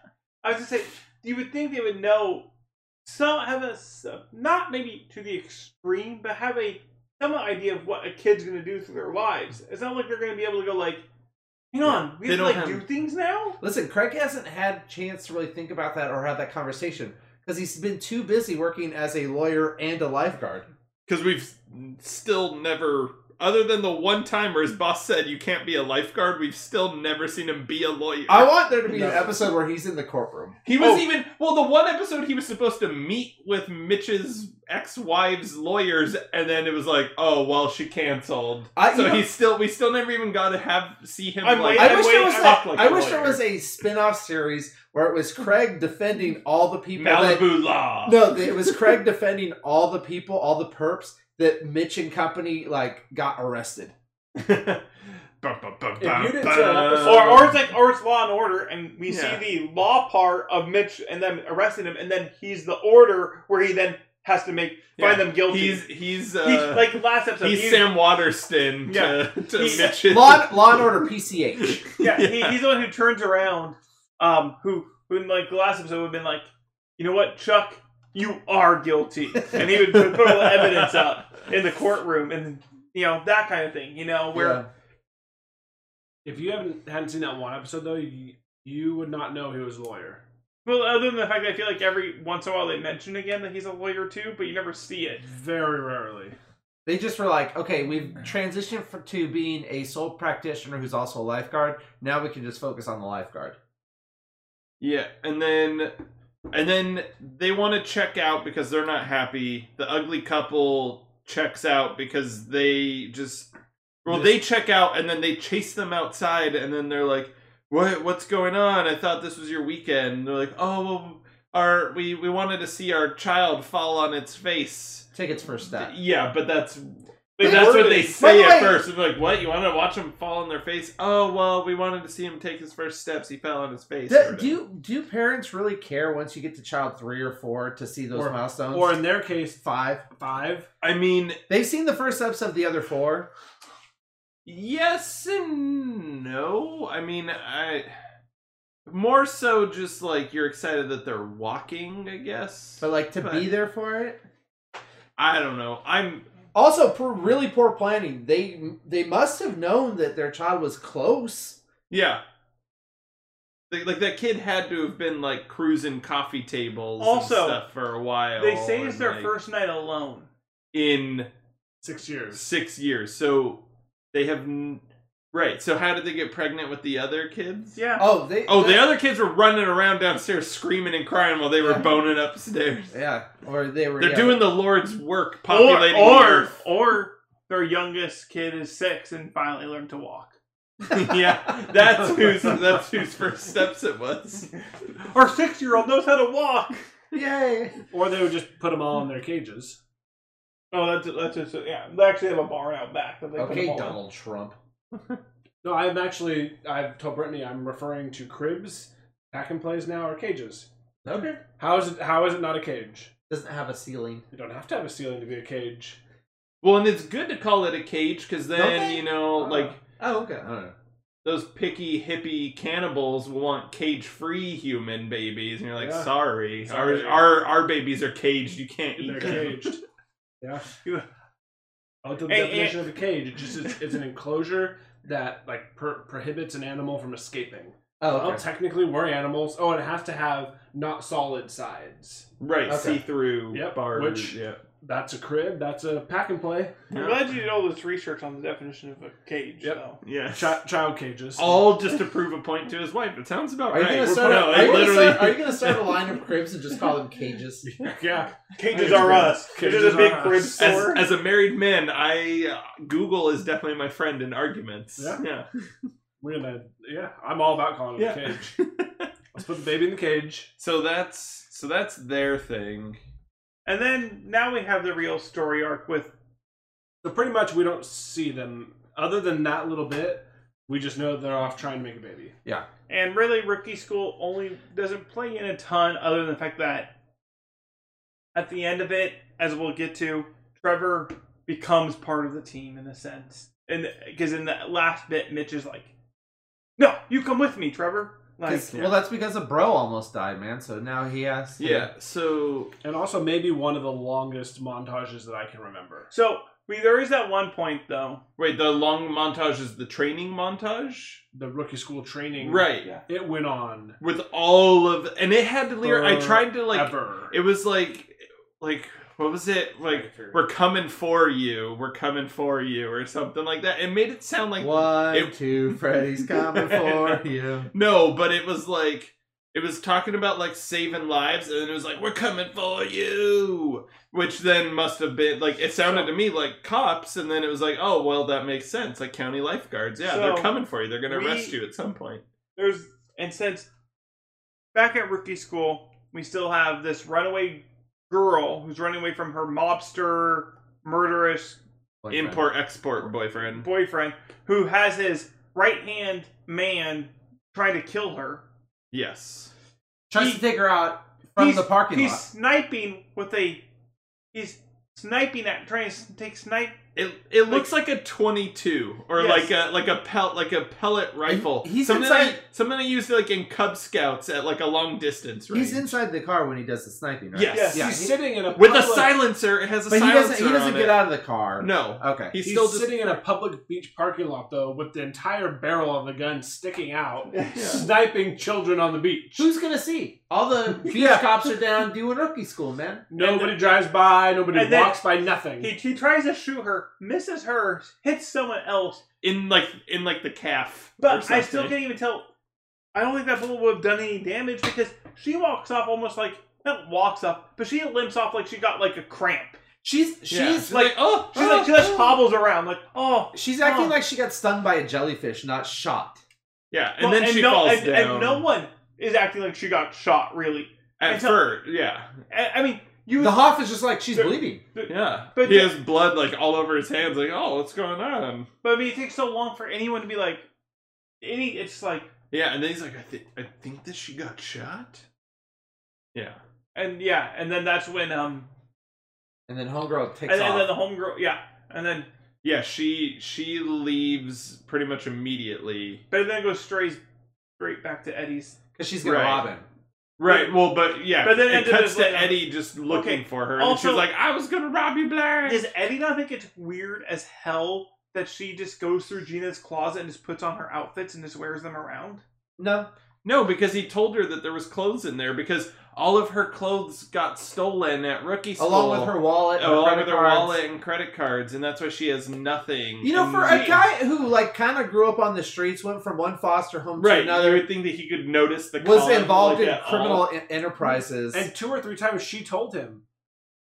S2: I was just saying, you would think they would know some have a s- not maybe to the extreme, but have a some idea of what a kid's going to do through their lives. It's not like they're going to be able to go like, hang on, we
S5: They
S2: have to
S5: don't
S2: like
S5: have-
S2: do things now.
S4: Listen, Craig hasn't had chance to really think about that or have that conversation because he's been too busy working as a lawyer and a lifeguard.
S5: Because we've still never, other than the one time where his boss said you can't be a lifeguard, we've still never seen him be a lawyer.
S4: I want there to be an
S3: No.
S4: episode where he's in the courtroom.
S5: he was
S2: Oh.
S5: even, well, the one episode he was supposed to meet with Mitch's ex wife's lawyers, and then it was like, oh, well, she canceled.
S4: I,
S5: so
S4: you know,
S5: he's still, we still never even got to have, see him
S2: I'm
S5: like,
S2: waiting-
S4: I wish
S2: wait,
S4: there was
S2: I-
S4: that,
S5: talk like
S4: I
S5: a
S4: wish there
S5: lawyer.
S4: was a spin-off series where it was Craig defending all the people that
S5: Malibu Law.
S4: No, it was Craig defending all the people, all the perps that Mitch and company like got arrested.
S3: If you didn't
S5: Ba-
S3: turn up a-
S2: Or, or it's like, or it's Law and Order, and we
S5: Uh, Yeah.
S2: see the law part of Mitch and them arresting him, and then he's the order where he then has to make
S5: Yeah.
S2: find them guilty.
S5: He's, he's, uh,
S2: He's- like last episode,
S5: He's
S2: he-
S5: Sam Waterston
S2: Yeah.
S5: to, to
S2: He's-
S5: Mitch's.
S4: Law, Law and Order, PCH.
S2: yeah, He,
S5: Yeah.
S2: he's the one who turns around. Um, who who in like the last episode would have been like, you know what, Chuck, you are guilty, and he would put all the evidence up in the courtroom, and you know that kind of thing. You know where
S4: Yeah.
S3: If you haven't hadn't seen that one episode though, you, you would not know he was a lawyer.
S2: well, other than the fact that I feel like every once in a while they mention again that he's a lawyer too, but you never see it.
S3: Very rarely.
S4: They just were like, okay, we've transitioned for, to being a sole practitioner who's also a lifeguard. Now we can just focus on the lifeguard.
S5: Yeah, and then and then they want to check out because they're not happy. The ugly couple checks out because they just well they check out and then they chase them outside and then they're like, "What what's going on? I thought this was your weekend." And they're like, "Oh, well, our we we wanted to see our child fall on its face."
S4: Take its first step.
S5: Yeah, but that's
S4: They
S5: that's
S4: were-
S5: what they
S4: by
S5: say
S4: the
S5: at
S4: way-
S5: first. It's like, what? You want to watch him fall on their face? Oh well, we wanted to see him take his first steps. He fell on his face. or
S4: Do,
S5: whatever.
S4: do do parents really care once you get to child three or four to see those
S3: Or-
S4: milestones?
S3: Or in their case,
S4: five?
S3: five.
S5: I mean,
S4: They've seen the first episode of the other four.
S5: yes and no. I mean, I more so just like you're excited that they're walking. I guess.
S4: But like to be
S5: But-
S4: there for it.
S5: I don't know. I'm
S4: Also, poor, really poor planning. They they must have known that their child was close.
S5: yeah. Like, like that kid had to have been like cruising coffee tables
S2: Also,
S5: and stuff for a while.
S2: They say it's
S5: and,
S2: their
S5: like,
S2: first night alone.
S5: in
S3: Six years.
S5: six years. So they have n- right. So how did they get pregnant with the other kids?
S2: Yeah.
S4: Oh, they.
S5: Oh, the other kids were running around downstairs screaming and crying while they were
S4: Yeah.
S5: boning upstairs.
S4: Yeah, or they were.
S5: They're
S4: yeah.
S5: doing the Lord's work, populating the
S2: or
S5: earth.
S2: or their youngest kid is six and finally learned to walk,
S5: yeah, that's whose that's whose first steps it was.
S2: or six year old knows how to walk.
S4: Yay!
S3: Or they would just put them all in their cages.
S2: Oh, that's that's just yeah. They actually have a barn out back. That they put
S4: Okay,
S2: them all in.
S4: Donald Trump.
S3: No, I'm actually I've told Brittany I'm referring to cribs, pack and plays now are cages.
S4: Okay.
S3: How is it how is it not a cage?
S4: Doesn't have a ceiling.
S3: You don't have to have a ceiling to be a cage.
S5: Well, and it's good to call it a cage because then
S4: they?
S5: you know,
S3: Oh.
S5: like
S4: Oh, okay. I don't know.
S5: those picky hippie cannibals will want cage-free human babies, and you're like,
S3: Yeah.
S5: sorry,
S3: Sorry.
S5: Our, our our babies are caged. You can't
S3: They're
S5: eat them.
S3: caged. yeah.
S2: You-
S3: Oh, the
S2: Hey,
S3: definition of a cage. It just is, it's an enclosure that like pro prohibits an animal from escaping.
S4: Oh,
S3: Well,
S4: okay.
S3: technically we're animals. Oh, and it has to have not solid sides.
S5: Right,
S4: Okay.
S5: see through
S3: Yep,
S5: bars.
S3: which-
S5: yeah.
S3: That's a crib. That's a pack and play.
S2: I'm glad you did all this research on the definition of a cage,
S3: Yep.
S2: though.
S5: Yeah.
S3: Chi- child cages.
S5: All just to prove a point to his wife. It sounds about
S4: Are you
S5: right.
S4: gonna
S5: We're
S4: start?
S5: putting out-
S4: a, are, you gonna
S5: literally-
S4: start are you gonna start a line of cribs and just call them cages?
S3: yeah.
S2: Cages
S3: Yeah.
S2: are us.
S3: Cages
S2: Cages is a big
S3: are
S2: crib
S3: us.
S5: as,
S2: store.
S5: as a married man, I uh, Google is definitely my friend in arguments.
S3: Yeah.
S5: yeah.
S3: We're gonna. Yeah. I'm all about calling it a
S5: Yeah.
S3: cage. Let's put the baby in the cage.
S5: So that's so that's their thing.
S2: and then now we have the real story arc with
S3: So pretty much we don't see them other than that little bit. We just know they're off trying to make a baby.
S2: And really, rookie school only doesn't play in a ton, other than the fact that at the end of it, as we'll get to, Trevor becomes part of the team in a sense. And because in that last bit, Mitch is like, "No, you come with me, Trevor." Like,
S4: 'Cause- Well, that's because a bro almost died, man. So now he has. to-
S5: Yeah. So
S3: And also maybe one of the longest montages that I can remember.
S2: so we, there is that one point though.
S5: wait, the long montage is the training montage,
S3: The rookie school training.
S5: right?
S2: Yeah.
S3: It went on.
S5: With all of and it had to leer. I tried to like
S3: ever.
S5: it was like like what was it like? We're coming for you. We're coming for you, or something like that. It made it sound like
S4: One,
S5: it-
S4: two, Freddy's coming for you.
S5: No, but it was like it was talking about like saving lives, and then it was like we're coming for you, which then must have been like it sounded to me like cops, and then it was like oh well that makes sense like county lifeguards yeah
S2: So,
S5: they're coming for you they're gonna
S2: we-
S5: arrest you at some point
S2: There's and since back at rookie school, we still have this runaway girl who's running away from her mobster murderous
S4: Boyfriend.
S5: import export boyfriend
S2: boyfriend who has his right hand man trying to kill her.
S5: yes
S4: tries
S2: He-
S4: to take her out from
S2: he's-
S4: the parking
S2: He's
S4: lot.
S2: sniping with a. He's sniping at trying to s- take snipe.
S5: it it looks like, a twenty two or
S2: Yes.
S5: like a like a pel like a pellet rifle
S4: he's
S5: something
S4: inside-
S5: I, something I used like in Cub Scouts at like a long distance range.
S4: He's inside the car when he does the sniping, right?
S5: Yes.
S2: Yes.
S4: Yeah,
S3: He's
S4: he-
S3: sitting in a
S5: with a
S3: public-
S5: silencer. It has a
S4: But he
S5: silencer.
S4: doesn't. He doesn't
S5: on
S4: get
S5: it.
S4: out of the car.
S5: No.
S4: Okay.
S5: He's,
S3: He's
S5: still just
S3: sitting in a public beach parking lot though, with the entire barrel of the gun sticking out, sniping children on the beach.
S4: Who's gonna see? All the beach
S3: Yeah.
S4: cops are down doing rookie school, man.
S3: Nobody drives by. Nobody
S2: And then-
S3: walks by. Nothing.
S2: He, he tries to shoot her, misses her, hits someone else.
S5: in like in like the calf. or
S2: But I still
S5: something.
S2: can't even tell. I don't think that bullet would have done any damage because she walks off almost like not walks off, but she limps off like she got like a cramp.
S4: She's
S5: Yeah.
S4: she's like
S5: oh,
S2: She's like she just hobbles around like oh
S4: she's acting
S2: Oh.
S4: like she got stung by a jellyfish, not shot.
S5: yeah, and
S2: well,
S5: then she
S2: no,
S5: falls
S2: and,
S5: down.
S2: and no one is acting like she got shot really.
S5: at
S2: until-
S5: first, yeah,
S2: I, I mean you
S4: The Hoff is just like she's
S2: There-
S4: bleeding.
S5: yeah.
S2: But
S5: he
S2: the-
S5: has blood like all over his hands. Like, oh, what's going on?
S2: But I mean, it takes so long for anyone to be like, any. It's like,
S5: Yeah, and then he's like, I think I think that she got shot. Yeah,
S2: and yeah, and then that's when um,
S4: And then homegirl takes
S2: and, then- and
S4: off.
S2: then the homegirl, yeah, and then
S5: yeah. She she leaves pretty much immediately.
S2: but then it goes strays straight back to Eddie's.
S4: Because she's gonna
S5: Right.
S4: rob him.
S5: Right. Well, but yeah.
S2: But then it
S5: it
S2: ended
S5: cuts
S2: up
S5: to
S2: like-
S5: Eddie just looking
S2: Okay,
S5: for her, and
S2: also-
S5: she's like, "I was gonna rob you blind."
S2: Does Eddie not think it's weird as hell that she just goes through Gina's closet and just puts on her outfits and just wears them around?
S4: No.
S5: No, because he told her that there was clothes in there because all of her clothes got stolen at rookie school. Oh,
S4: Along with her wallet. her
S5: along
S4: credit
S5: with her
S4: cards.
S5: wallet and credit cards, and that's why she has nothing.
S4: You know,
S5: And
S4: for a
S5: he-
S4: guy who like kind of grew up on the streets, went from one foster home to
S5: right? you
S4: another,
S5: would think that he could notice the
S4: was
S5: collar,
S4: involved
S5: like,
S4: in
S5: at Oh. all.
S4: criminal en- enterprises.
S3: and two or three times she told him,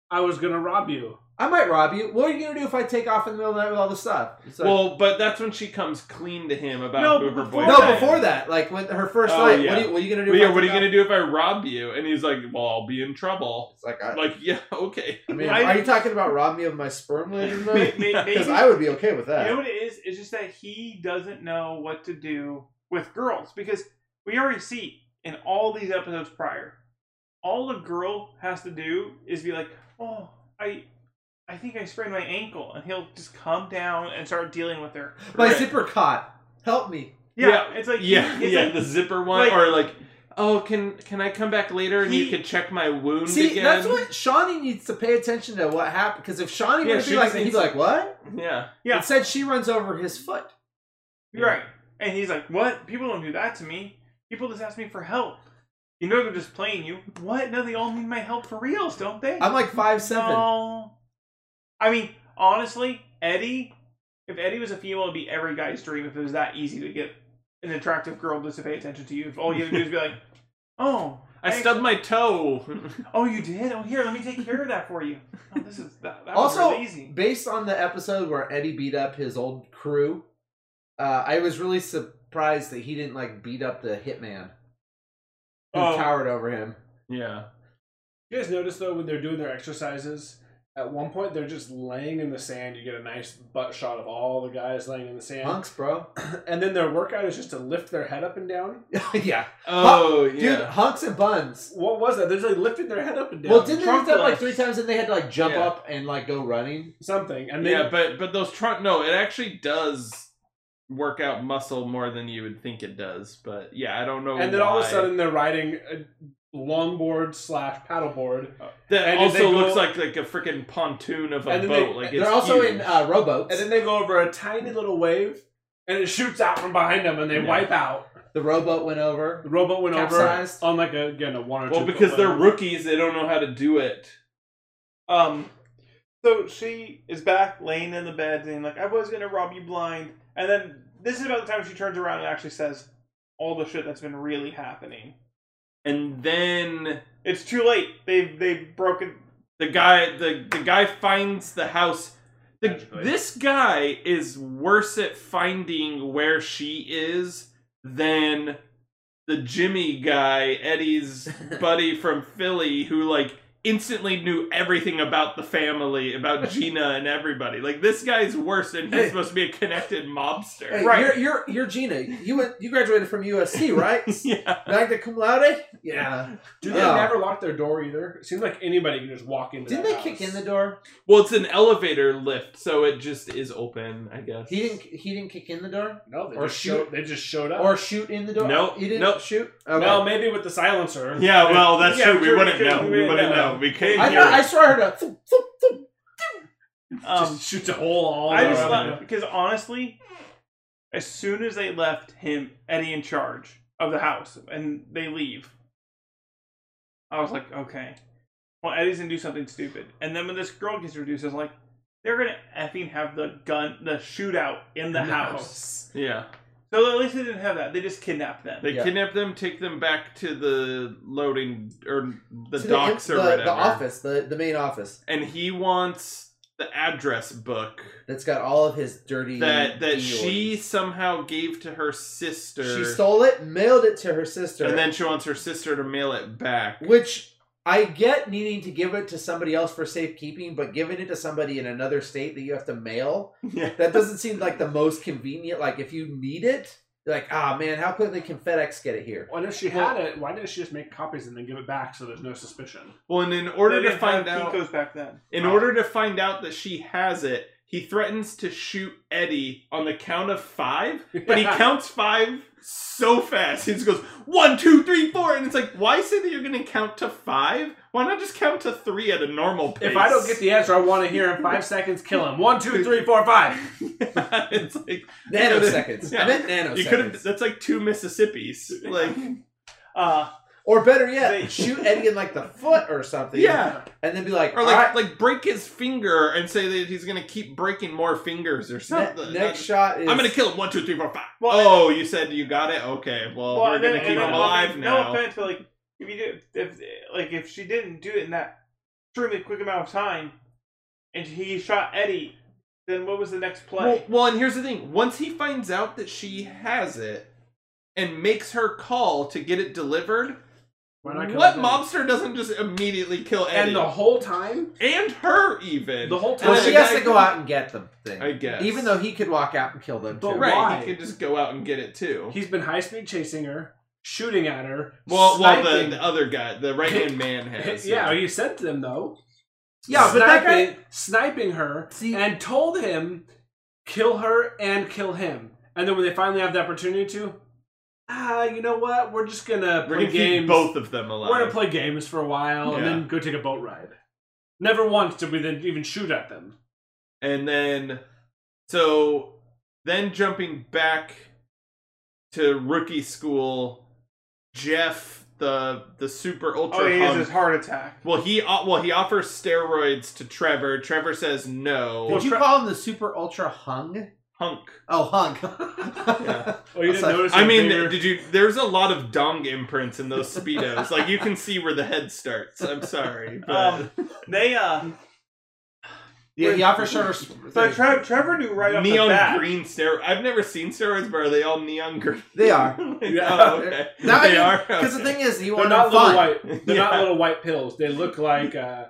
S3: "I was gonna rob you."
S4: I might rob you. What are you gonna do if I take off in the middle of the night with all this stuff? It's like-
S5: Well, but that's when she comes clean to him about
S2: No,
S5: who her
S2: before
S5: boyfriend.
S4: no,
S2: okay.
S4: before that, like when her first
S5: Oh,
S4: night,
S5: yeah.
S4: what, are you, what are you gonna do?
S5: Well,
S4: if I
S5: yeah, what are
S4: take
S5: you
S4: off?
S5: gonna do if I rob you? And he's like, "Well, I'll be in trouble."
S4: It's like, I,
S5: Like, yeah, okay.
S4: I mean,
S2: I-
S4: are you talking about rob me of my sperm later
S2: May-
S4: tonight?
S2: may-
S5: Yeah,
S4: Because
S2: maybe-
S4: I would be okay with
S2: You know
S4: that.
S2: what it is? It's just that he doesn't know what to do with girls because we already see in all these episodes prior, all the girl has to do is be like, "Oh, I, I think I sprained my ankle," and he'll just come down and start dealing with her.
S4: My
S5: Right.
S4: zipper caught. Help me.
S2: Yeah,
S5: Yeah,
S2: it's like he-
S5: yeah,
S2: it's
S5: yeah,
S2: like-
S5: the zipper one,
S2: like-
S5: or like, oh, can can I come back later and
S2: He-
S5: you can check my wound
S4: See,
S5: again?
S4: that's what Shawnee needs to pay attention to what happened. Because if Shawnee
S5: Yeah,
S4: were to
S5: she
S4: be like,
S5: just
S4: that, he'd
S5: needs-
S4: be like, what?
S5: Yeah,
S2: Yeah.
S4: It said she runs over his foot.
S2: You're right. And he's like, "What? People don't do that to me. People just ask me for help. You know they're just playing you. What? No, they all need my help for reals, don't they?"
S4: I'm like five seven.
S2: No, I mean, honestly, Eddie, if Eddie was a female, it'd be every guy's dream if it was that easy to get an attractive girl just to pay attention to you. If all you have to do is be like, oh,
S5: I
S2: Hey.
S5: stubbed my toe.
S2: oh, you did? Oh, here, let me take care of that for you. Oh, this is that, that was
S4: also
S2: really easy.
S4: based on the episode where Eddie beat up his old crew, uh, I was really surprised that he didn't like beat up the hitman who
S2: Oh.
S4: towered over him.
S5: yeah.
S3: You guys notice though when they're doing their exercises, at one point they're just laying in the sand. You get a nice butt shot of all the guys laying in the sand,
S4: Hunks, bro.
S3: and then their workout is just to lift their head up and down.
S4: yeah,
S5: Oh, yeah.
S4: dude, hunks and buns.
S3: What was that? They're just like lifting their head up and down.
S4: well, didn't they
S5: trunk
S4: do that like
S5: lifts.
S4: three times and they had to like jump
S5: Yeah.
S4: up and like go running?
S3: something? And then
S5: yeah, but but those trunk no, it actually does work out muscle more than you would think it does. But oh yeah, I don't know.
S3: and then all of a
S5: why.
S3: sudden they're riding a longboard slash paddleboard,
S5: that
S3: and
S5: also
S3: they go-
S5: looks like like a freaking pontoon of a
S3: And then
S5: boat.
S3: they-
S5: like it's
S4: They're also
S5: huge.
S4: in uh, rowboats.
S3: and then they go over a tiny little wave, and it shoots out from behind them, and they
S5: Yeah.
S3: wipe out.
S4: the rowboat went over.
S3: The robot went
S4: Capsized.
S3: over on like a, again a one or two.
S5: well because
S3: foot
S5: they're
S3: wave.
S5: rookies, they don't know how to do it.
S2: Um, so she is back laying in the bed and like, I was gonna rob you blind, and then this is about the time she turns around and actually says all the shit that's been really happening.
S5: And then
S2: It's too late. They've they've broken.
S5: the guy the the guy finds the house. The,
S3: Magically.
S5: this guy is worse at finding where she is than the Jimmy guy, Eddie's buddy from Philly who like instantly knew everything about the family, about Gina and everybody. Like this guy's worse and he's
S4: Hey.
S5: supposed to be a connected mobster.
S4: Hey,
S2: Right.
S4: You're, you're you're Gina. You went. You graduated from USC, right?
S5: Yeah.
S4: Magna cum laude. Yeah.
S3: Do they
S4: Oh.
S3: never lock their door either? It seems like anybody can just walk into.
S4: Didn't
S3: that
S4: they
S3: house.
S4: kick in the door?
S5: Well, it's an elevator lift, so it just is open, I guess.
S4: He didn't. He didn't kick in the door
S3: No, they
S4: Or
S3: just
S4: shoot.
S3: showed, they just showed up.
S4: or shoot in the door.
S5: Nope.
S4: He didn't
S5: Nope.
S4: shoot.
S3: well, maybe with the silencer.
S5: Yeah, well, that's
S2: Yeah,
S5: true. We
S2: sure,
S5: wouldn't
S2: we
S5: know.
S2: could-
S5: We
S2: we
S5: wouldn't
S2: would
S5: know.
S2: know.
S5: We couldn't
S4: I,
S5: hear.
S4: thought, I saw her to thump, thump, thump.
S2: Um,
S3: just shoots a hole all
S2: I just
S3: around
S2: left
S3: it.
S2: because honestly, as soon as they left him Eddie in charge of the house and they leave, I was like, okay, well Eddie's gonna do something stupid. And then when this girl gets introduced, I was like, they're gonna effing have the gun, the shootout in the
S3: In the
S2: house.
S5: yeah.
S2: So at least they didn't have that. They just kidnapped them.
S5: They
S4: Yeah.
S5: kidnap them, take them back to the loading or the
S4: To
S5: docks
S4: the,
S5: or
S4: the,
S5: whatever.
S4: the office, the, the main office
S5: And he wants the address book
S4: that's got all of his dirty.
S5: that that
S4: deals.
S5: she somehow gave to her sister.
S4: she stole it, mailed it to her sister,
S5: and then she wants her sister to mail it back.
S4: which I get needing to give it to somebody else for safekeeping, but giving it to somebody in another state that you have to mail
S5: yeah.
S4: that doesn't seem like the most convenient. Like if you need it, you're like ah man, how quickly can FedEx get it here?
S3: Well, and if she
S2: Well-
S3: had it, why didn't she just make copies and then give it back so there's no suspicion?
S5: Well, and in order
S2: They
S5: to
S2: didn't have
S5: find out,
S2: Kiko's back then.
S5: in order to find out that she has it, he threatens to shoot Eddie on the count of five. But he counts five so fast. He just goes one, two, three, four, and it's like, why say that you're going to count to five? Why not just count to three at a normal pace?
S3: If I don't get the answer I want to hear in five seconds, kill him. One, two, three, four, five.
S5: the, it's like
S4: Nanoseconds.
S5: Yeah.
S4: I meant nanoseconds.
S5: you could have. That's like two Mississippi's. Like,
S2: Uh,
S4: Or better yet,
S2: They-
S4: shoot Eddie in like the foot or something.
S5: yeah,
S4: And then be like,
S5: or like
S4: "Alright,
S5: like break his finger and say that he's going to keep breaking more fingers or
S4: ne-
S5: something.
S4: next shot is.
S5: I'm going to kill him. One, two, three, four, five.
S2: Well,
S5: oh, you said you got it. Okay, well,
S2: Well,
S5: we're
S2: and then-
S5: going to keep
S2: and then-
S5: him
S2: well, I
S5: alive
S2: mean,
S5: now.
S2: No offense, but like if you do, if like if she didn't do it in that extremely quick amount of time, and he shot Eddie, then what was the next
S5: Well,
S2: play?
S5: well, and here's the thing: once he finds out that she has it and makes her call to get it delivered,
S3: Why not kill
S5: what
S3: him?
S5: mobster doesn't just immediately kill Eddie
S3: And the whole time,
S5: And her even?
S3: the whole time,
S4: Well,
S5: And
S4: she
S5: the
S4: has
S5: guy
S4: to go
S5: can-
S4: out and get them. Thing.
S5: I guess.
S4: Even though he could walk out and kill them
S3: But
S4: too.
S5: right,
S3: Why?
S5: he could just go out and get it too.
S3: he's been high speed chasing her, shooting at her.
S5: well, well, the,
S3: sniping-
S5: the other guy, the right hand man, has.
S3: yeah, you sent them though.
S4: Yeah, but that guy.
S3: sniping, sniping her
S4: See-
S3: and told him kill her and kill him. And then when they finally have the opportunity to, ah, you know what? We're just gonna
S5: we're
S3: play
S5: gonna
S3: games.
S5: keep both of them
S3: We're gonna
S5: alive.
S3: play games for a while and
S5: Yeah.
S3: then go take a boat ride. Never once did we then even shoot at them.
S5: and then, so then jumping back to rookie school, Jeff the the super ultra.
S2: Oh, he has
S5: hung-
S2: his heart attack.
S5: well, he o- well he offers steroids to Trevor. Trevor says no.
S4: Did you call him the super ultra hung?
S5: Hunk.
S4: Oh, hung.
S5: Yeah.
S3: Oh, you didn't
S4: Outside-
S3: notice.
S5: I
S3: your
S5: mean,
S3: finger-
S5: did you? There's a lot of dong imprints in those speedos. like you can see where the head starts. I'm sorry, but
S2: Um, They uh,
S4: yeah, he offers shorter.
S2: so Tre- Trevor knew right off
S5: neon
S2: the bat.
S5: green steroids. I've never seen steroids, but are they all neon green?
S4: They are.
S5: yeah. okay.
S4: No, I
S5: they
S4: mean,
S5: are.
S4: Because the
S5: okay.
S4: thing is, you
S3: They're
S4: want not
S3: not little
S4: fun.
S3: white. They're not
S5: Yeah.
S3: little white pills. They look like uh,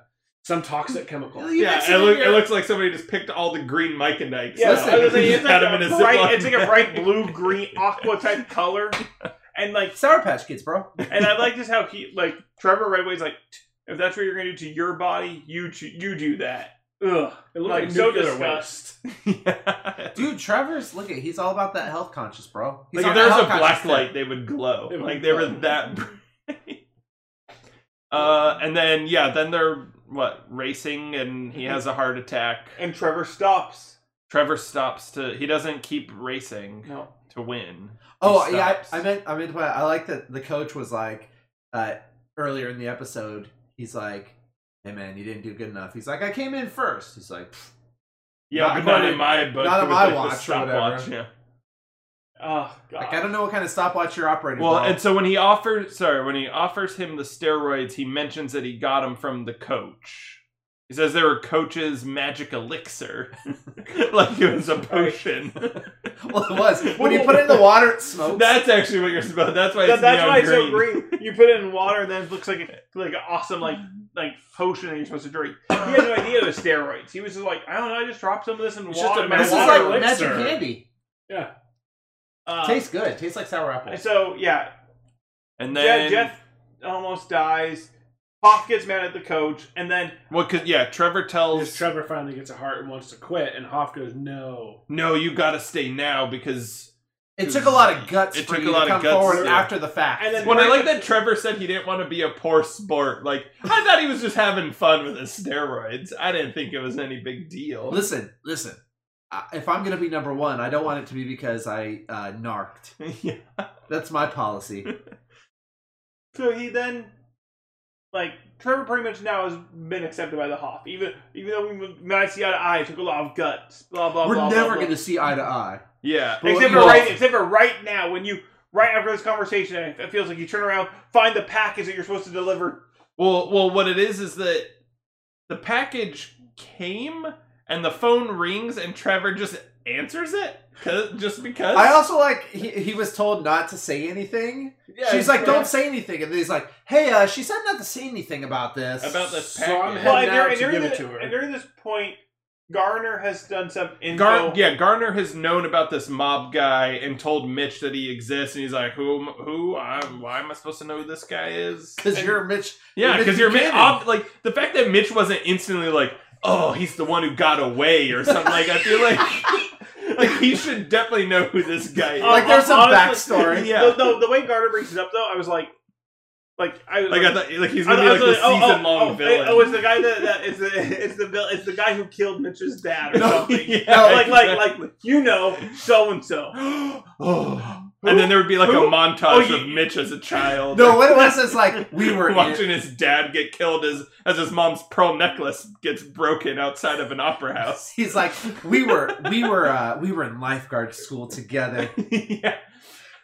S3: some toxic chemical.
S4: You mix
S5: yeah,
S4: it
S5: it,
S4: in
S5: look,
S4: your-
S5: it looks like somebody just picked all the green Mike and Dykes.
S2: Yeah,
S4: Listen,
S2: so the thing, it's, like
S5: had 'em
S2: a
S5: in a
S2: bright,
S5: Ziploc
S2: it's like a
S5: bag.
S2: bright blue, green, aqua type color, and like,
S4: Sour Patch Kids, bro.
S2: and I like just how he like Trevor right away is like, if that's what you're gonna do to your body, you cho- you do that. Ugh,
S3: They look
S2: Like
S3: like,
S2: so
S3: nuclear
S2: disgust.
S3: waste.
S5: Yeah.
S4: Dude, Trevor's look at he's all about that health conscious, bro. He's
S5: Like
S4: on
S5: if
S4: that
S5: there was a
S4: health conscious
S5: black
S4: thing.
S5: light, they would glow.
S3: They would
S5: like they were
S3: glow.
S5: that. bright. uh, and then yeah, then they're what racing, and he has a heart attack.
S2: And Trevor stops.
S5: Trevor stops to. He doesn't keep racing
S2: No,
S5: to win.
S4: Oh
S5: he
S4: yeah,
S5: stops.
S4: I, I meant I meant what I like that the coach was like uh, earlier in the episode. He's like, "Hey man, you didn't do good enough." He's like, "I came in first. He's like, "Pfft,
S5: Yeah,
S4: Not
S5: but not
S4: according-
S5: in my book.
S4: not on
S5: with
S4: my
S5: the- the
S4: watch or
S5: stopwatch,
S4: whatever.
S5: Yeah.
S3: Ah,
S2: oh god.
S4: like I don't know what kind of stopwatch you're operating."
S5: Well,
S4: bro."
S5: and so when he offers, sorry, when he offers him the steroids, he mentions that he got them from the coach. He says they were coach's magic elixir, like it was a potion.
S4: well, it was when you put it in the water, it smokes.
S5: That's actually what you're supposed. That's why
S2: That-
S5: it's
S2: that's
S5: neon
S2: why it's
S5: green.
S2: so green. You put it in water, then it looks like a, like an awesome like like potion that you're supposed to drink. He had no idea it was steroids. He was just like, I don't know, I just dropped some of this in
S3: It's just
S2: water.
S3: a
S2: my
S4: this is
S2: water
S4: like
S2: looks-
S4: magic
S3: elixir.
S4: candy.
S2: uh,
S4: Tastes good. Tastes like sour apple.
S2: So yeah,
S5: And
S2: Je-
S5: then,
S2: Jeff almost dies. Hoff gets mad at the coach, and then
S5: well, 'cause- yeah, Trevor
S3: Because
S5: tells
S3: Trevor finally gets a heart and wants to quit, and Hoff goes, "No."
S5: no, you gotta stay now because.
S4: It took a lot of guts
S5: It
S4: for
S5: took
S4: you
S5: a lot
S4: to
S5: of
S4: come
S5: guts,
S4: forward
S5: yeah.
S4: after the fact.
S2: And then-
S5: When I like that Trevor said he didn't want to be a poor sport, like I thought he was just having fun with his steroids. I didn't think it was any big deal.
S4: listen, listen. I- If I'm gonna be number one, I don't want it to be because I uh, narked.
S5: yeah.
S4: That's my policy.
S2: so he then like Trevor pretty much now has been accepted by the Hoff, even even though we might see eye to eye, it took a lot of guts. Blah blah.
S4: We're
S2: blah, blah,
S4: never
S2: blah.
S4: going to see eye to eye.
S5: Yeah.
S2: Except for
S5: Well,
S2: right, except for right now, when you right after this conversation, it it feels like you turn around, find the package that you're supposed to deliver.
S5: Well, well, what it is is that the package came and the phone rings and Trevor just answers it 'Cause- just because.
S4: I also like he, he was told not to say anything. She's like, "Don't say anything," and he's like, "Hey, uh, she said not to say anything about this."
S5: about this
S3: So I'm
S5: package.
S3: heading
S2: Well, and,
S3: now
S2: during, and,
S3: to
S2: during
S3: give it
S2: the-
S3: to her.
S2: and during this point, Garner has done some info.
S5: Gar- yeah, Garner has known about this mob guy and told Mitch that he exists, and he's like, "Who? am- Who? I, why am I supposed to know who this guy is?"
S4: because
S5: And-
S4: you're Mitch. Mitch
S5: yeah, because you're Mitch.
S4: Buchanan.
S5: Ob- like the fact that Mitch wasn't instantly like, "Oh, he's the one who got away" or something like. I feel like, like he should definitely know who this guy is.
S2: Um,
S4: Like, there's some
S2: honestly,
S4: backstory.
S5: Yeah.
S2: The, the, the way Garner brings it up, though, I was like, like I
S5: Like I thought, like he's
S2: I
S5: gonna
S2: thought-
S5: be like
S2: I
S5: the
S2: was oh, oh,
S5: season long
S2: oh,
S5: villain.
S2: Oh, it's the guy that, that it's the it's the vill- it's the guy who killed Mitch's dad or
S4: No.
S2: something.
S5: Yeah,
S2: Like like
S5: exactly.
S2: like you know so and so.
S5: oh. And then there would be like
S2: Who?
S5: a montage
S2: Oh, you-
S5: of Mitch as a child.
S4: No, what it was is like we were.
S5: watching his dad get killed as as his mom's pearl necklace gets broken outside of an opera house.
S4: He's like, we were, we were, uh, we were in lifeguard school together.
S5: yeah.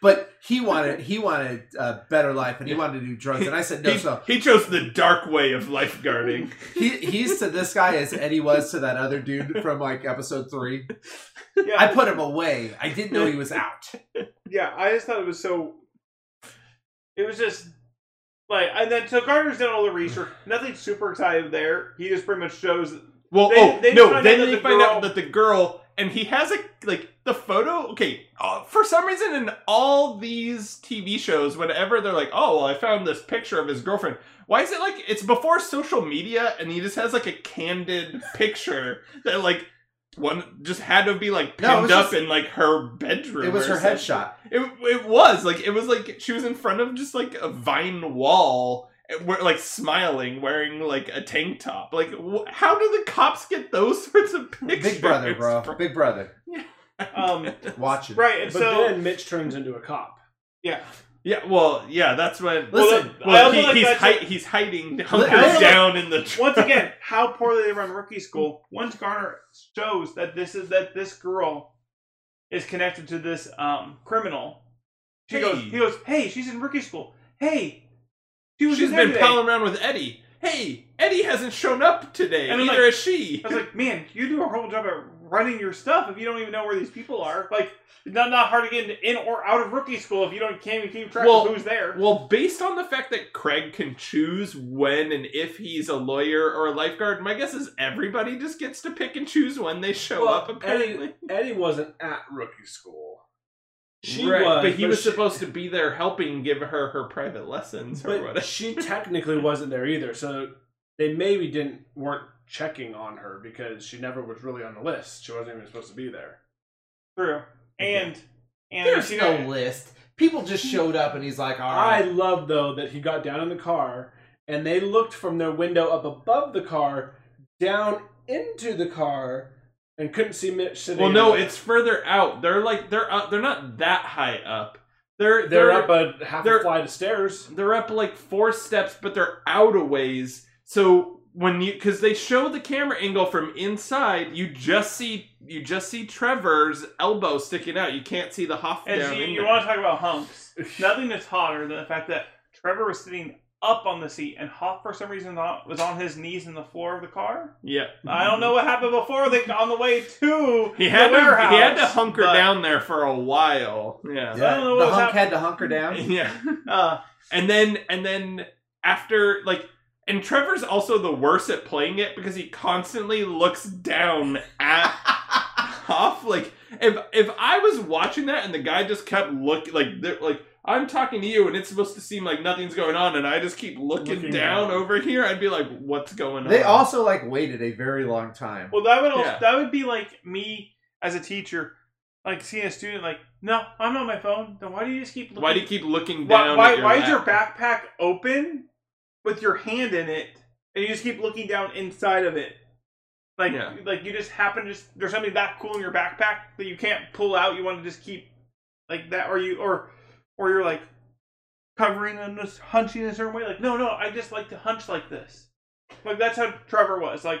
S4: But he wanted, he wanted a better life, and he wanted to do drugs. And I said, no,
S5: he,
S4: so
S5: he chose the dark way of lifeguarding.
S4: he, he's to this guy as Eddie was to that other dude from like episode three. I
S2: Yeah,
S4: put him away. I didn't know he was out.
S2: yeah. I just thought it was so. It was just like, and then so Garner's done all the research. Nothing super exciting there. He just pretty much shows.
S5: Well,
S2: They-
S5: oh
S2: they
S5: no,
S2: find
S5: then
S2: out that
S5: they
S2: the
S5: find
S2: girl-
S5: out that the girl and he has a like the photo. Okay, uh, for some reason in all these TV shows, whenever they're like, "Oh, well, I found this picture of his girlfriend," why is it like it's before social media and he just has like a candid picture that like one just had to be like
S4: No, it
S5: pinned
S4: was
S5: up
S4: just-
S5: in like her bedroom.
S4: It was
S5: or
S4: her
S5: something.
S4: headshot.
S5: It, it was like it was like she was in front of just like a vine wall, and we're, like smiling, wearing like a tank top. Like, wh- how do the cops get those sorts of pictures?
S4: Big brother, bro. Big brother.
S2: Um,
S4: Watching.
S2: right, and
S3: But
S2: so
S3: then Mitch turns into a cop.
S2: yeah,
S5: Yeah, well, yeah, that's when.
S4: Listen,
S5: well,
S2: I also
S5: he-
S2: like
S5: he's,
S2: that-
S5: hi- he's hiding down,
S4: Listen-
S5: he's down in the.
S2: Once again, how poorly they run rookie school. Once Garner shows that this is that this girl is connected to this um criminal, she
S5: Hey.
S2: goes. He goes. Hey, she's in rookie school. Hey, she was
S5: She's
S2: in there
S5: been
S2: today."
S5: palling around with Eddie. Hey, Eddie hasn't shown up today.
S2: And I'm
S5: neither
S2: like-
S5: has she.
S2: I was like, man, you do a horrible job at running your stuff if you don't even know where these people are. Like, it's not not hard to get in or out of rookie school if you don't can't even keep track
S5: Well-
S2: of who's there.
S5: Well, based on the fact that Craig can choose when and if he's a lawyer or a lifeguard, my guess is everybody just gets to pick and choose when they show
S3: Well,
S5: up. Apparently,
S3: Eddie wasn't at rookie school. She
S5: Right,
S3: was,
S5: but he was
S3: she-
S5: supposed to be there helping give her her private lessons or
S3: But
S5: whatever.
S3: she technically wasn't there either, so they maybe didn't weren't checking on her because she never was really on the list. She wasn't even supposed to be there.
S2: True. And and
S4: There's
S2: you
S4: no
S2: know,
S4: list. People just showed up, and he's like, "All
S3: I
S4: right."
S3: love though that he got down in the car and they looked from their window up above the car down into the car and couldn't see Mitch sitting.
S5: Well,
S3: in
S5: no,
S3: the-
S5: it's further out. They're like they're up, they're not that high up. They're
S3: they're, up a half
S5: they're-
S3: a flight of stairs.
S5: they're up like four steps, but they're out a ways. So when you because they show the camera angle from inside, you just see you just see Trevor's elbow sticking out. You can't see the Hoff
S2: and
S5: down.
S2: she,
S5: in
S2: you
S5: there.
S2: want to talk about hunks. Nothing is hotter than the fact that Trevor was sitting up on the seat and Hoff for some reason not- was on his knees in the floor of the car.
S5: yeah,
S2: I don't know what happened before they on the way to
S5: Mm-hmm. He had
S2: the
S5: to,
S2: warehouse.
S5: he had to hunker
S2: but,
S5: down there for a while. Yeah,
S2: I don't know
S4: the
S2: what
S4: hunk
S2: happened.
S4: had to hunker down.
S5: yeah.
S2: Uh,
S5: And then and then after like and Trevor's also the worst at playing it because he constantly looks down at Hoff. Like if if I was watching that and the guy just kept looking like they're- like I'm talking to you and it's supposed to seem like nothing's going on and I just keep looking,
S3: Looking
S5: down,
S3: down.
S5: over here, I'd be like, what's going on?
S4: They also like waited a very long time.
S2: well, that would also,
S5: Yeah.
S2: that would be like me as a teacher, like seeing a student like, no, I'm on my phone. Then why do you just keep looking
S5: why do you keep looking
S2: Why,
S5: down?
S2: why,
S5: at your
S2: why is
S5: lap?
S2: your backpack open with your hand in it and you just keep looking down inside of it? Like,
S5: Yeah.
S2: like you just happen to, just, there's something that cool in your backpack that you can't pull out. You want to just keep like that, or you, or, or you're like covering and just hunching in a certain way. Like, no, no, I just like to hunch like this. Like, that's how Trevor was. Like,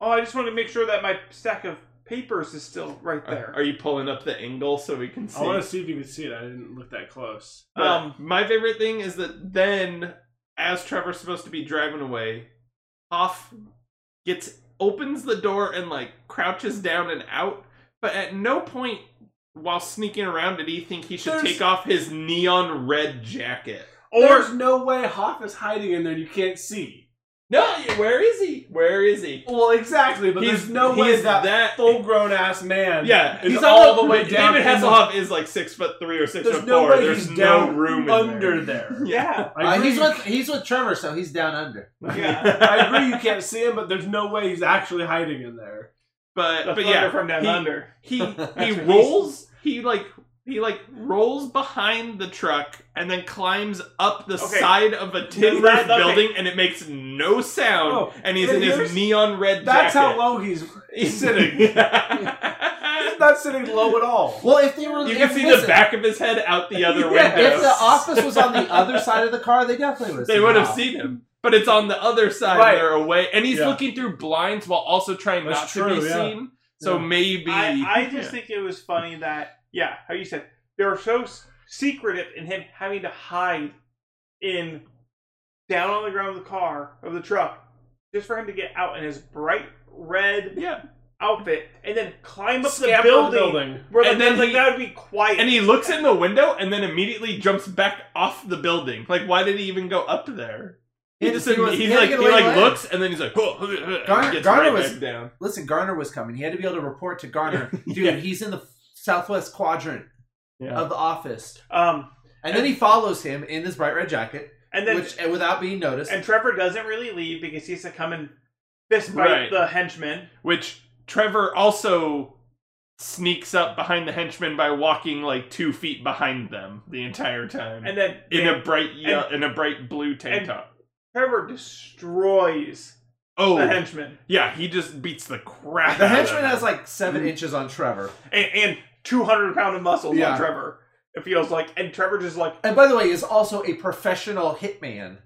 S2: oh, I just want to make sure that my stack of papers is still right
S5: Are,
S2: there.
S5: are you pulling up the angle so we can see?
S3: I want to see if you can see it. I didn't look that close.
S5: But
S2: Um,
S5: my favorite thing is that then, as Trevor's supposed to be driving away, Hoff gets opens the door and like crouches down and out. But at no point while sneaking around did he think he should
S3: There's-
S5: take off his neon red jacket.
S2: or,
S3: There's no way Hoff is hiding in there. You can't see.
S5: No, where is he? Where is he?
S3: Well, exactly, but
S5: He's-
S3: there's no way
S5: he's
S3: that,
S5: that-
S3: full grown ass man.
S5: Yeah,
S3: is all the, way
S5: David
S3: down. in the-
S5: Hasselhoff is like six foot three or six
S3: there's
S5: foot
S3: no
S5: four.
S3: way
S5: there's
S3: he's
S5: no
S3: down
S5: room in
S3: under there.
S2: yeah,
S3: I
S4: Uh,
S3: agree,
S4: he's
S3: you-
S4: with he's with Trevor, so he's down under.
S2: yeah.
S3: I agree you can't see him, but there's no way he's actually hiding in there.
S5: But
S2: The
S5: but
S2: thunder
S5: yeah,
S2: from down
S5: he-
S2: under.
S5: he he
S4: he's-
S5: rolls he like he like rolls behind the truck and then climbs up the
S2: Okay.
S5: side of a
S2: that-
S5: tin roof
S2: okay.
S5: building and it makes no sound
S3: Oh,
S5: and he's
S3: but
S5: in his
S3: here's-
S5: neon red
S3: That's how
S5: jacket.
S3: low he's he's sitting. he's
S5: you
S3: not sitting low at all.
S4: Well, if they were, if,
S5: can see the
S4: listen,
S5: back of his head out the other
S3: Yeah.
S5: window.
S4: If the office was on the other side of the car, they definitely would.
S5: they would have seen him. But it's on the other side
S3: Right.
S5: they're away and he's
S3: Yeah.
S5: looking through blinds while also trying
S3: That's
S5: not to
S3: true,
S5: be
S3: yeah.
S5: seen. So
S3: Yeah.
S5: maybe
S2: I, I just
S5: Yeah.
S2: think it was funny that yeah, how you said they were so s- secretive in him having to hide in down on the ground of the car of the truck just for him to get out in his bright red
S5: yeah.
S2: outfit and then climb up
S3: Scamper
S2: the building, where
S5: And
S2: and
S5: then
S2: then like
S5: he-
S2: that would be quiet.
S5: And he looks in the window and then immediately jumps back off the building. Like, why did he even go up there? He
S4: Yeah,
S5: just
S4: he was- he
S5: he's
S4: had to
S5: like he
S4: get away
S5: like
S4: alive.
S5: looks and then he's like "Huh, huh, huh," and
S4: Garner-
S5: gets
S4: Garner
S5: right
S4: was-
S5: back down.
S4: Listen, Garner was coming. He had to be able to report to Garner, dude.
S5: Yeah.
S4: He's in the southwest quadrant
S5: Yeah.
S4: of the office,
S2: um
S4: and then he follows him in his bright red jacket,
S2: and then
S4: which without being noticed.
S2: and Trevor doesn't really leave because he has to come and fist fight
S5: Right.
S2: the henchman.
S5: Which Trevor also sneaks up behind the henchmen by walking like two feet behind them the entire time.
S2: And then
S5: in a bright ye-
S2: and-
S5: in a bright blue tank
S2: and-
S5: top.
S2: Trevor destroys the
S5: Oh
S2: henchman.
S5: yeah, he just beats the crap.
S4: the
S5: out of
S4: henchman
S5: him.
S4: has like 7
S5: Mm.
S4: inches on Trevor.
S2: and, and 200 pound of muscles
S4: Yeah.
S2: on Trevor. It feels like, and Trevor just like,
S4: And by the way, is also a professional hitman,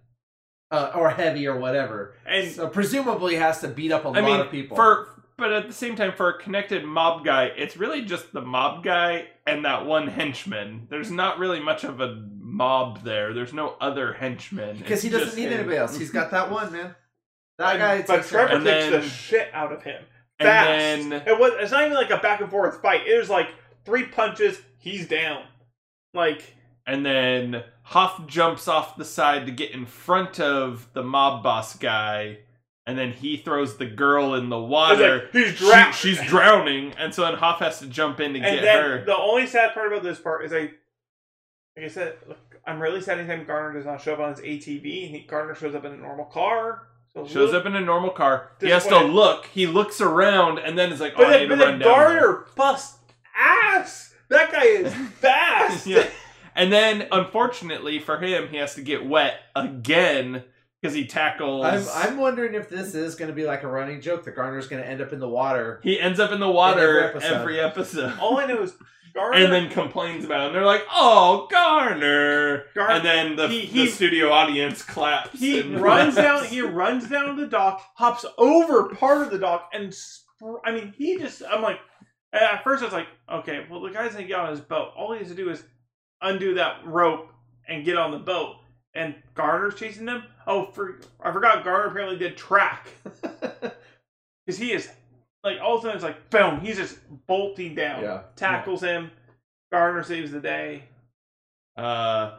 S4: uh, or heavy or whatever.
S2: and
S4: so uh, presumably has to beat up a
S5: I
S4: lot
S5: mean,
S4: of people.
S5: for but at the same time, for a connected mob guy, it's really just the mob guy and that one henchman. There's not really much of a mob there. There's no other henchman
S4: because he
S5: It's
S4: doesn't
S5: just
S4: need
S5: him.
S4: anybody else. He's got that one man. That
S2: and-
S4: guy.
S2: but
S4: takes care of
S2: Trevor
S5: And
S4: it.
S2: takes the
S5: then-
S2: shit out of him.
S5: And
S2: Fast.
S5: then-
S2: it was. It's not even like a back and forth fight. It was like three punches. He's down. Like
S5: And then Hoff jumps off the side to get in front of the mob boss guy, and then he throws the girl in the
S2: it's
S5: water.
S2: like he's
S5: She-
S2: drowned.
S5: she's drowning, and so then Hoff has to jump in to
S2: and
S5: get
S2: then
S5: her.
S2: the only sad part about this part is I, like I said, look, I'm really sad anytime Garner does not show up on his ATV. And he, Garner shows up in a normal car. So
S5: Shows
S2: look-
S5: up in a normal car. He has to
S2: Disappointed.
S5: look. He looks around, and then is like, "Oh,
S2: but
S5: I
S2: then,
S5: need to
S2: but
S5: run
S2: then
S5: down." there."
S2: Garner busts ass. That guy is fast.
S5: yeah. And then, unfortunately for him, he has to get wet again because he tackles.
S4: I'm, I'm wondering if this is going to be like a running joke that Garner's going to end up in the water.
S5: he ends up in the water
S4: In every
S5: every episode.
S2: All I know is Oh, Garner.
S5: and then complains about it. And they're like, "Oh, Garner!"
S2: Garner-
S5: and then the,
S2: he- he-
S5: the studio audience claps.
S2: He
S5: and
S2: runs
S5: laughs.
S2: down. He runs down the dock, hops over part of the dock, and spr- I mean, he just. I'm like, at first I was like, okay, well, the guy's gonna get on his boat. All he has to do is undo that rope and get on the boat. And Garner's chasing them. Oh, for, I forgot Garner apparently did track because he is like all of a sudden it's like boom, he's just bolting down,
S4: Yeah.
S2: tackles him. Garner saves the day.
S5: Uh,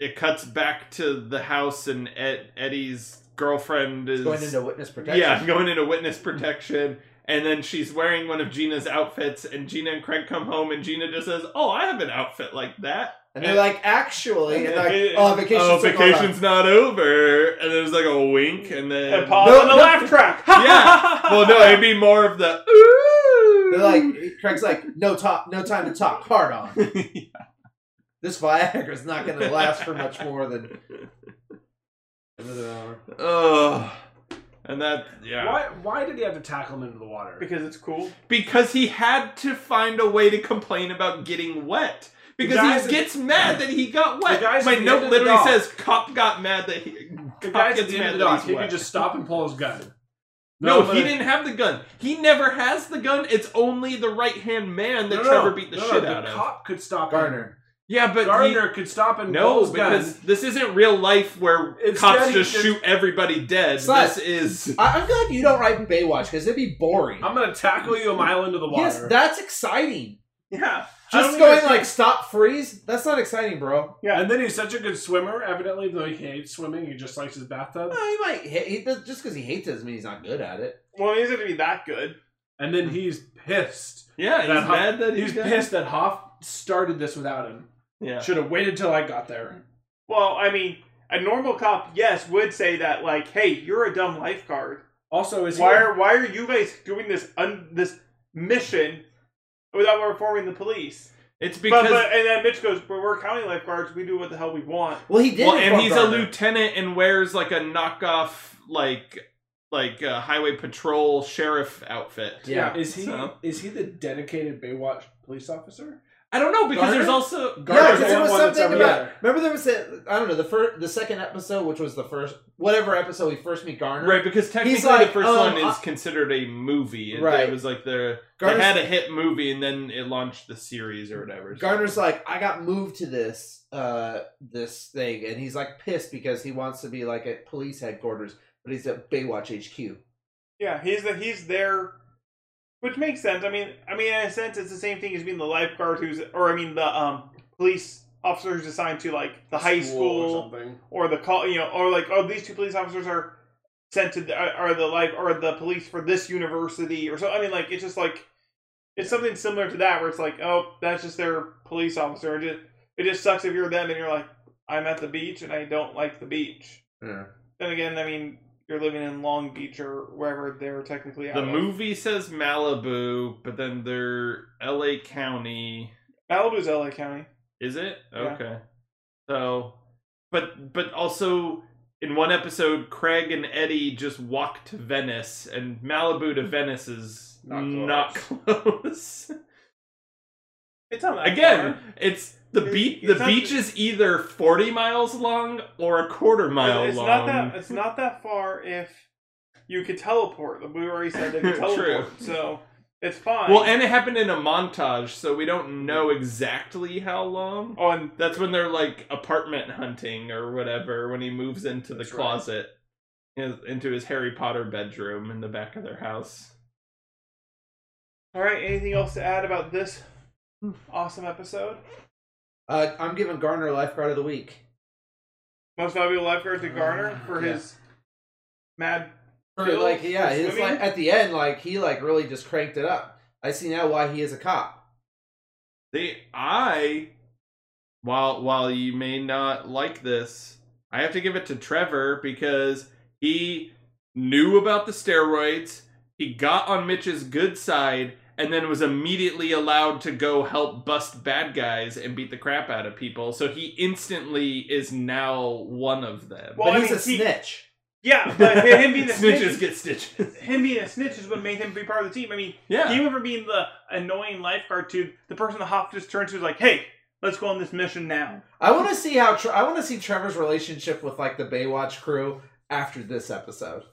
S5: it cuts back to the house, and Ed, Eddie's girlfriend is
S4: Going into witness protection.
S5: yeah, going into witness protection. And then she's wearing one of Gina's outfits, and Gina and Craig come home, and Gina just says, "Oh, I have an outfit like that."
S4: And they're like, actually, and like,
S2: And-
S4: oh, vacation's,
S5: oh,
S4: still going on."
S5: vacation's not over, and there's like a wink, and then
S2: And pause
S4: No,
S2: on the
S4: no.
S2: laugh track.
S5: Yeah. well, no, it'd be more of the ooh.
S4: They're like, Craig's like, no talk, no time to talk. Hard on. This Viagra's not going to last for much more than another hour.
S5: Ugh. And that, yeah.
S3: Why? Why did he have to tackle him into the water?
S2: because it's cool.
S5: Because he had to find a way to complain about getting wet. Because
S3: guys-
S5: he gets mad that he got wet.
S3: The guys
S5: My
S3: at the end
S5: note
S3: of the
S5: literally
S3: dock-
S5: says, Cop got mad that he.
S3: the
S5: Cop
S3: guy's at
S5: gets
S3: the
S5: mad
S3: end of the
S5: that
S3: dock.
S5: he's
S3: He
S5: wet.
S3: could just stop and pull his gun.
S5: No,
S3: but-
S5: he didn't have the gun. He never has the gun. It's only the right hand man that
S3: no, no,
S5: Trevor beat the
S3: no, no,
S5: shit
S3: the
S5: out of.
S3: cop could stop him.
S4: Garner.
S5: Yeah, but he-
S3: Garner could stop and pull
S5: no,
S3: his gun.
S5: because this isn't real life where
S3: Instead,
S5: cops
S3: he
S5: just
S3: just-
S5: shoot everybody dead.
S4: Slash.
S5: This is
S4: I- I'm glad you don't write Baywatch because it'd be boring.
S3: I'm gonna tackle you a mile into the water.
S4: yes, that's exciting.
S2: Yeah. I
S4: Just
S2: don't
S4: going
S2: even-
S4: like stop freeze. That's not exciting, bro.
S3: and then he's such a good swimmer. Evidently, though he hates swimming, he just likes his bathtub.
S4: Well, he might hate, he, does- just because he hates it doesn't mean he's not good at it.
S2: Well, he doesn't have to be that good.
S3: And then he's pissed.
S5: yeah. He's
S3: That Hoff-
S5: mad that he
S3: He's
S5: got-
S3: pissed that Hoff started this without him.
S5: Yeah.
S3: Should have waited till I got there.
S2: Well, I mean, a normal cop, yes, would say that, like, "Hey, you're a dumb lifeguard.
S3: Also, is
S2: Why
S3: he,
S2: are why are you guys doing this un- this mission without informing the police?"
S5: It's
S2: But,
S5: because
S2: but and then Mitch goes, "But we're county lifeguards. We do what the hell we want."
S4: Well, he did.
S5: well, and
S4: inform
S5: he's a
S4: Garner.
S5: lieutenant and wears like a knockoff like like uh, highway patrol sheriff outfit.
S4: Yeah.
S3: Is he
S5: So-
S3: is he the dedicated Baywatch police officer?
S5: I don't know because
S4: Garner?
S5: there's also
S4: Yeah,
S3: Garner's
S4: 'cause
S3: the
S4: there
S3: only
S4: was
S3: one that's
S4: something
S3: ever
S4: about.
S3: there.
S4: Remember, there was a, I don't know the first, the second episode, which was the first, whatever episode we first meet Garner.
S5: right because technically
S4: like,
S5: the first
S4: um,
S5: one is
S4: I-
S5: considered a movie. It,
S4: Right.
S5: It was like the they
S4: Garner's-
S5: had a hit movie and then it launched the series or whatever. so-
S4: Garner's like, I got moved to this, uh, this thing, and he's like pissed because he wants to be like at police headquarters, but he's at Baywatch HQ.
S2: Yeah, he's the he's there, which makes sense. I mean, I mean, in a sense, it's the same thing as being the lifeguard who's, or I mean, the um police officer who's assigned to like the high
S3: or
S2: school
S3: something.
S2: or the call, you know, or like, oh, these two police officers are sent to the, uh, are the like or the police for this university or so. I mean, like it's just like it's something similar to that where it's like, oh, that's just their police officer. It just, it just sucks if you're them and you're like, I'm at the beach and I don't like the beach.
S4: Yeah.
S2: Then again, I mean, you're living in Long Beach or wherever they're technically out
S5: the
S2: of.
S5: movie says Malibu, but then they're L.A. County.
S2: Malibu's LA County.
S5: Is it
S2: Yeah.
S5: okay? So, but but also in one episode, Craig and Eddie just walk to Venice, and Malibu to Venice is
S3: Not
S5: not close.
S2: It's not that
S5: Again,
S2: far.
S5: it's the
S2: It-
S5: beach.
S2: it's
S5: The
S2: not-
S5: beach is either forty miles long or a quarter mile
S2: It's- it's
S5: long.
S2: not that it's not that far if you could teleport. The we already said they could
S5: True.
S2: teleport, so it's fine.
S5: well, and it happened in a montage, so we don't know exactly how long.
S2: on
S5: That's when they're like apartment hunting or whatever. When he moves into the
S3: That's right.
S5: closet, in- into his Harry Potter bedroom in the back of their house.
S2: all right. Anything else to add about this awesome episode?
S4: Uh, I'm giving Garner lifeguard of the week
S2: Most valuable lifeguard to Garner for
S4: Yeah.
S2: his mad.
S4: for
S2: Phil,
S4: like yeah,
S2: for
S4: it's
S2: swimming?
S4: like at the end like he like really just cranked it up. I see now why he is a cop.
S5: The I, while while you may not like this, I have to give it to Trevor because he knew about the steroids. He got on Mitch's good side and then was immediately allowed to go help bust bad guys and beat the crap out of people. So he instantly is now one of them.
S2: Well,
S4: but
S2: I
S4: he's
S2: mean, he-
S4: a snitch.
S2: Yeah, but him being a
S5: snitches
S2: snitch,
S5: get stitches.
S2: him being a snitch is what made him be part of the team. I mean,
S5: Yeah.
S2: he went from being the annoying lifeguard to the person the Hoff just turned to is like, "Hey, let's go on this mission now."
S4: I want to see how Tre- I want to see Trevor's relationship with like the Baywatch crew after this episode.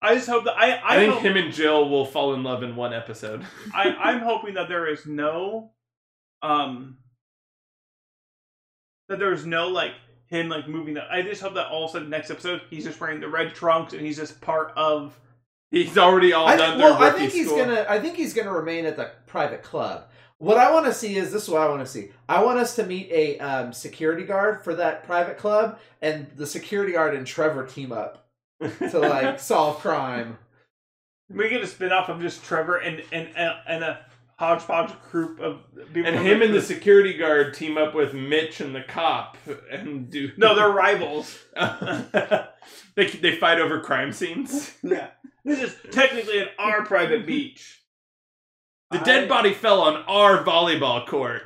S2: I just hope that I I,
S5: I, think
S2: hope-
S5: him and Jill will fall in love in one episode.
S2: I, I'm hoping that there is no, um, that there's no like him like moving that. I just hope that all of a sudden next episode he's just wearing the red trunks and he's just part of.
S5: He's already all
S4: I think,
S5: done their
S4: well, I
S5: rookie
S4: think he's
S5: school.
S4: gonna. I think he's gonna remain at the private club. What I want to see is this: is what I want to see. I want us to meet a um, security guard for that private club, and the security guard and Trevor team up to like solve crime.
S2: We get a spin off of just Trevor and and and, and a hodgepodge group of people.
S5: And him and the security guard team up with Mitch and the cop and do
S2: no, they're rivals.
S5: they they fight over crime scenes.
S2: Yeah, this is technically an our private beach.
S5: The
S3: I-
S5: dead body fell on our volleyball court.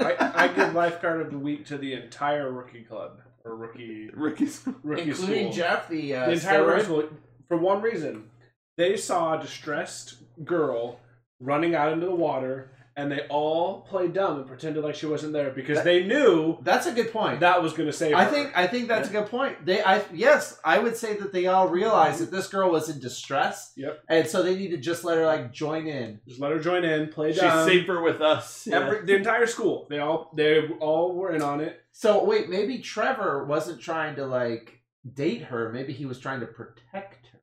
S3: I, I give lifeguard of the week to the entire rookie club or rookie
S5: Ricky's
S3: rookie
S4: Including
S3: school.
S4: Jeff, the, uh,
S3: the entire
S4: steroid-
S3: rookie school for one reason. They saw a distressed girl running out into the water, and they all played dumb and pretended like she wasn't there because
S4: That-
S3: they knew
S4: That's a good point.
S3: that was going to save
S4: I
S3: her.
S4: think I think that's a good point. They, I yes, I would say that they all realized that this girl was in distress.
S3: Yep.
S4: And so they need to just let her like join in.
S3: Just let her join in, play
S5: she's
S3: dumb.
S5: safer with us. Yeah.
S3: Every, the entire school, they all they all were in on it.
S4: So wait, maybe Trevor wasn't trying to like date her. Maybe he was trying to protect her.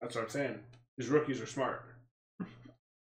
S3: That's what I'm saying. These rookies are smart.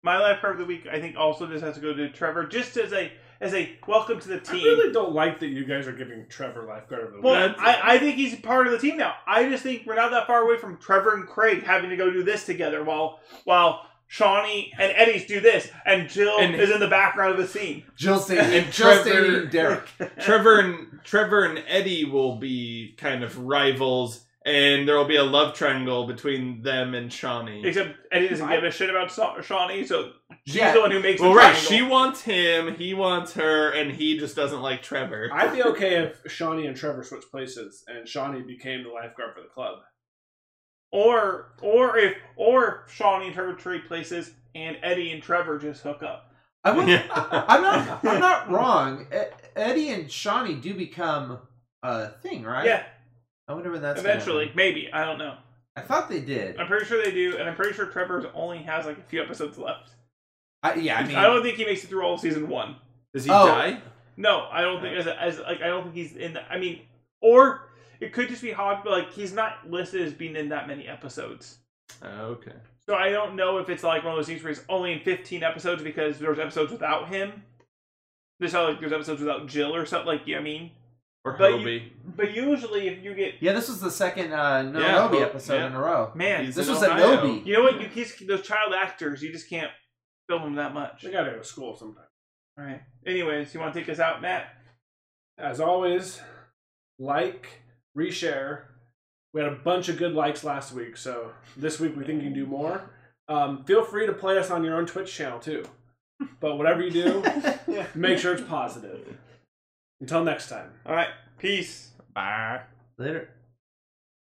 S2: My lifeguard of the week, I think, also just has to go to Trevor, just as a as a welcome to the
S3: I
S2: team.
S3: really don't like that you guys are giving Trevor lifeguard of the week.
S2: Well,
S5: That's-
S2: I, I think he's part of the team now. I just think we're not that far away from Trevor and Craig having to go do this together while while Shawnee and Eddie's do this, and Jill
S5: And-
S2: is in the background of the scene.
S4: Jill
S5: And
S4: and Jill
S5: Trevor-
S4: dating Derek.
S5: Trevor and Trevor and Eddie will be kind of rivals, and there will be a love triangle between them and Shawnee.
S2: Except Eddie doesn't
S3: I-
S2: give a shit about Sa- Shawnee, so she's
S4: Yeah.
S2: the one who makes
S5: Well,
S2: the
S5: right.
S2: triangle.
S5: She wants him. He wants her, and he just doesn't like Trevor.
S3: I'd be okay if Shawnee and Trevor switched places and Shawnee became the lifeguard for the club.
S2: or or if or if Shawnee and Trevor trade places, and Eddie and Trevor just hook up.
S4: I'm,
S5: Yeah.
S4: I'm not. I'm not wrong. E- Eddie and Shawnee do become a thing, right?
S2: Yeah,
S4: I wonder when that's gonna
S2: eventually,
S4: happen.
S2: maybe I don't know.
S4: I thought they did.
S2: I'm pretty sure they do, and I'm pretty sure Trevor only has like a few episodes left.
S4: I, yeah. I mean,
S2: I don't think he makes it through all of season one.
S5: Does he
S4: Oh.
S5: die?
S2: No, I don't think as as like I don't think he's in. The, I mean, or it could just be Hod, but like he's not listed as being in that many episodes.
S5: Oh, okay.
S2: So I don't know if it's like one of those things where he's only in fifteen episodes because there's episodes without him. There's how like there's episodes without Jill or something. Like you know what I mean.
S5: Or
S2: But you-
S5: Hobie.
S2: But usually, if you get
S4: yeah, this was the second uh, Nairobi
S5: well,
S4: episode
S5: yeah.
S4: in a row.
S2: man,
S5: He's
S4: this
S5: in
S4: was
S5: Ohio.
S4: Anobi.
S2: you know what? You just those child actors, you just can't film them that much.
S3: They gotta go to school sometime.
S2: All right. Anyways, you want to take us out, Matt?
S3: As always, like, reshare. We had a bunch of good likes last week, so this week we think you can do more. Um, feel free to play us on your own Twitch channel too. But whatever you do, make sure it's positive. Until next time.
S2: All right. Peace.
S5: Bye.
S4: Later.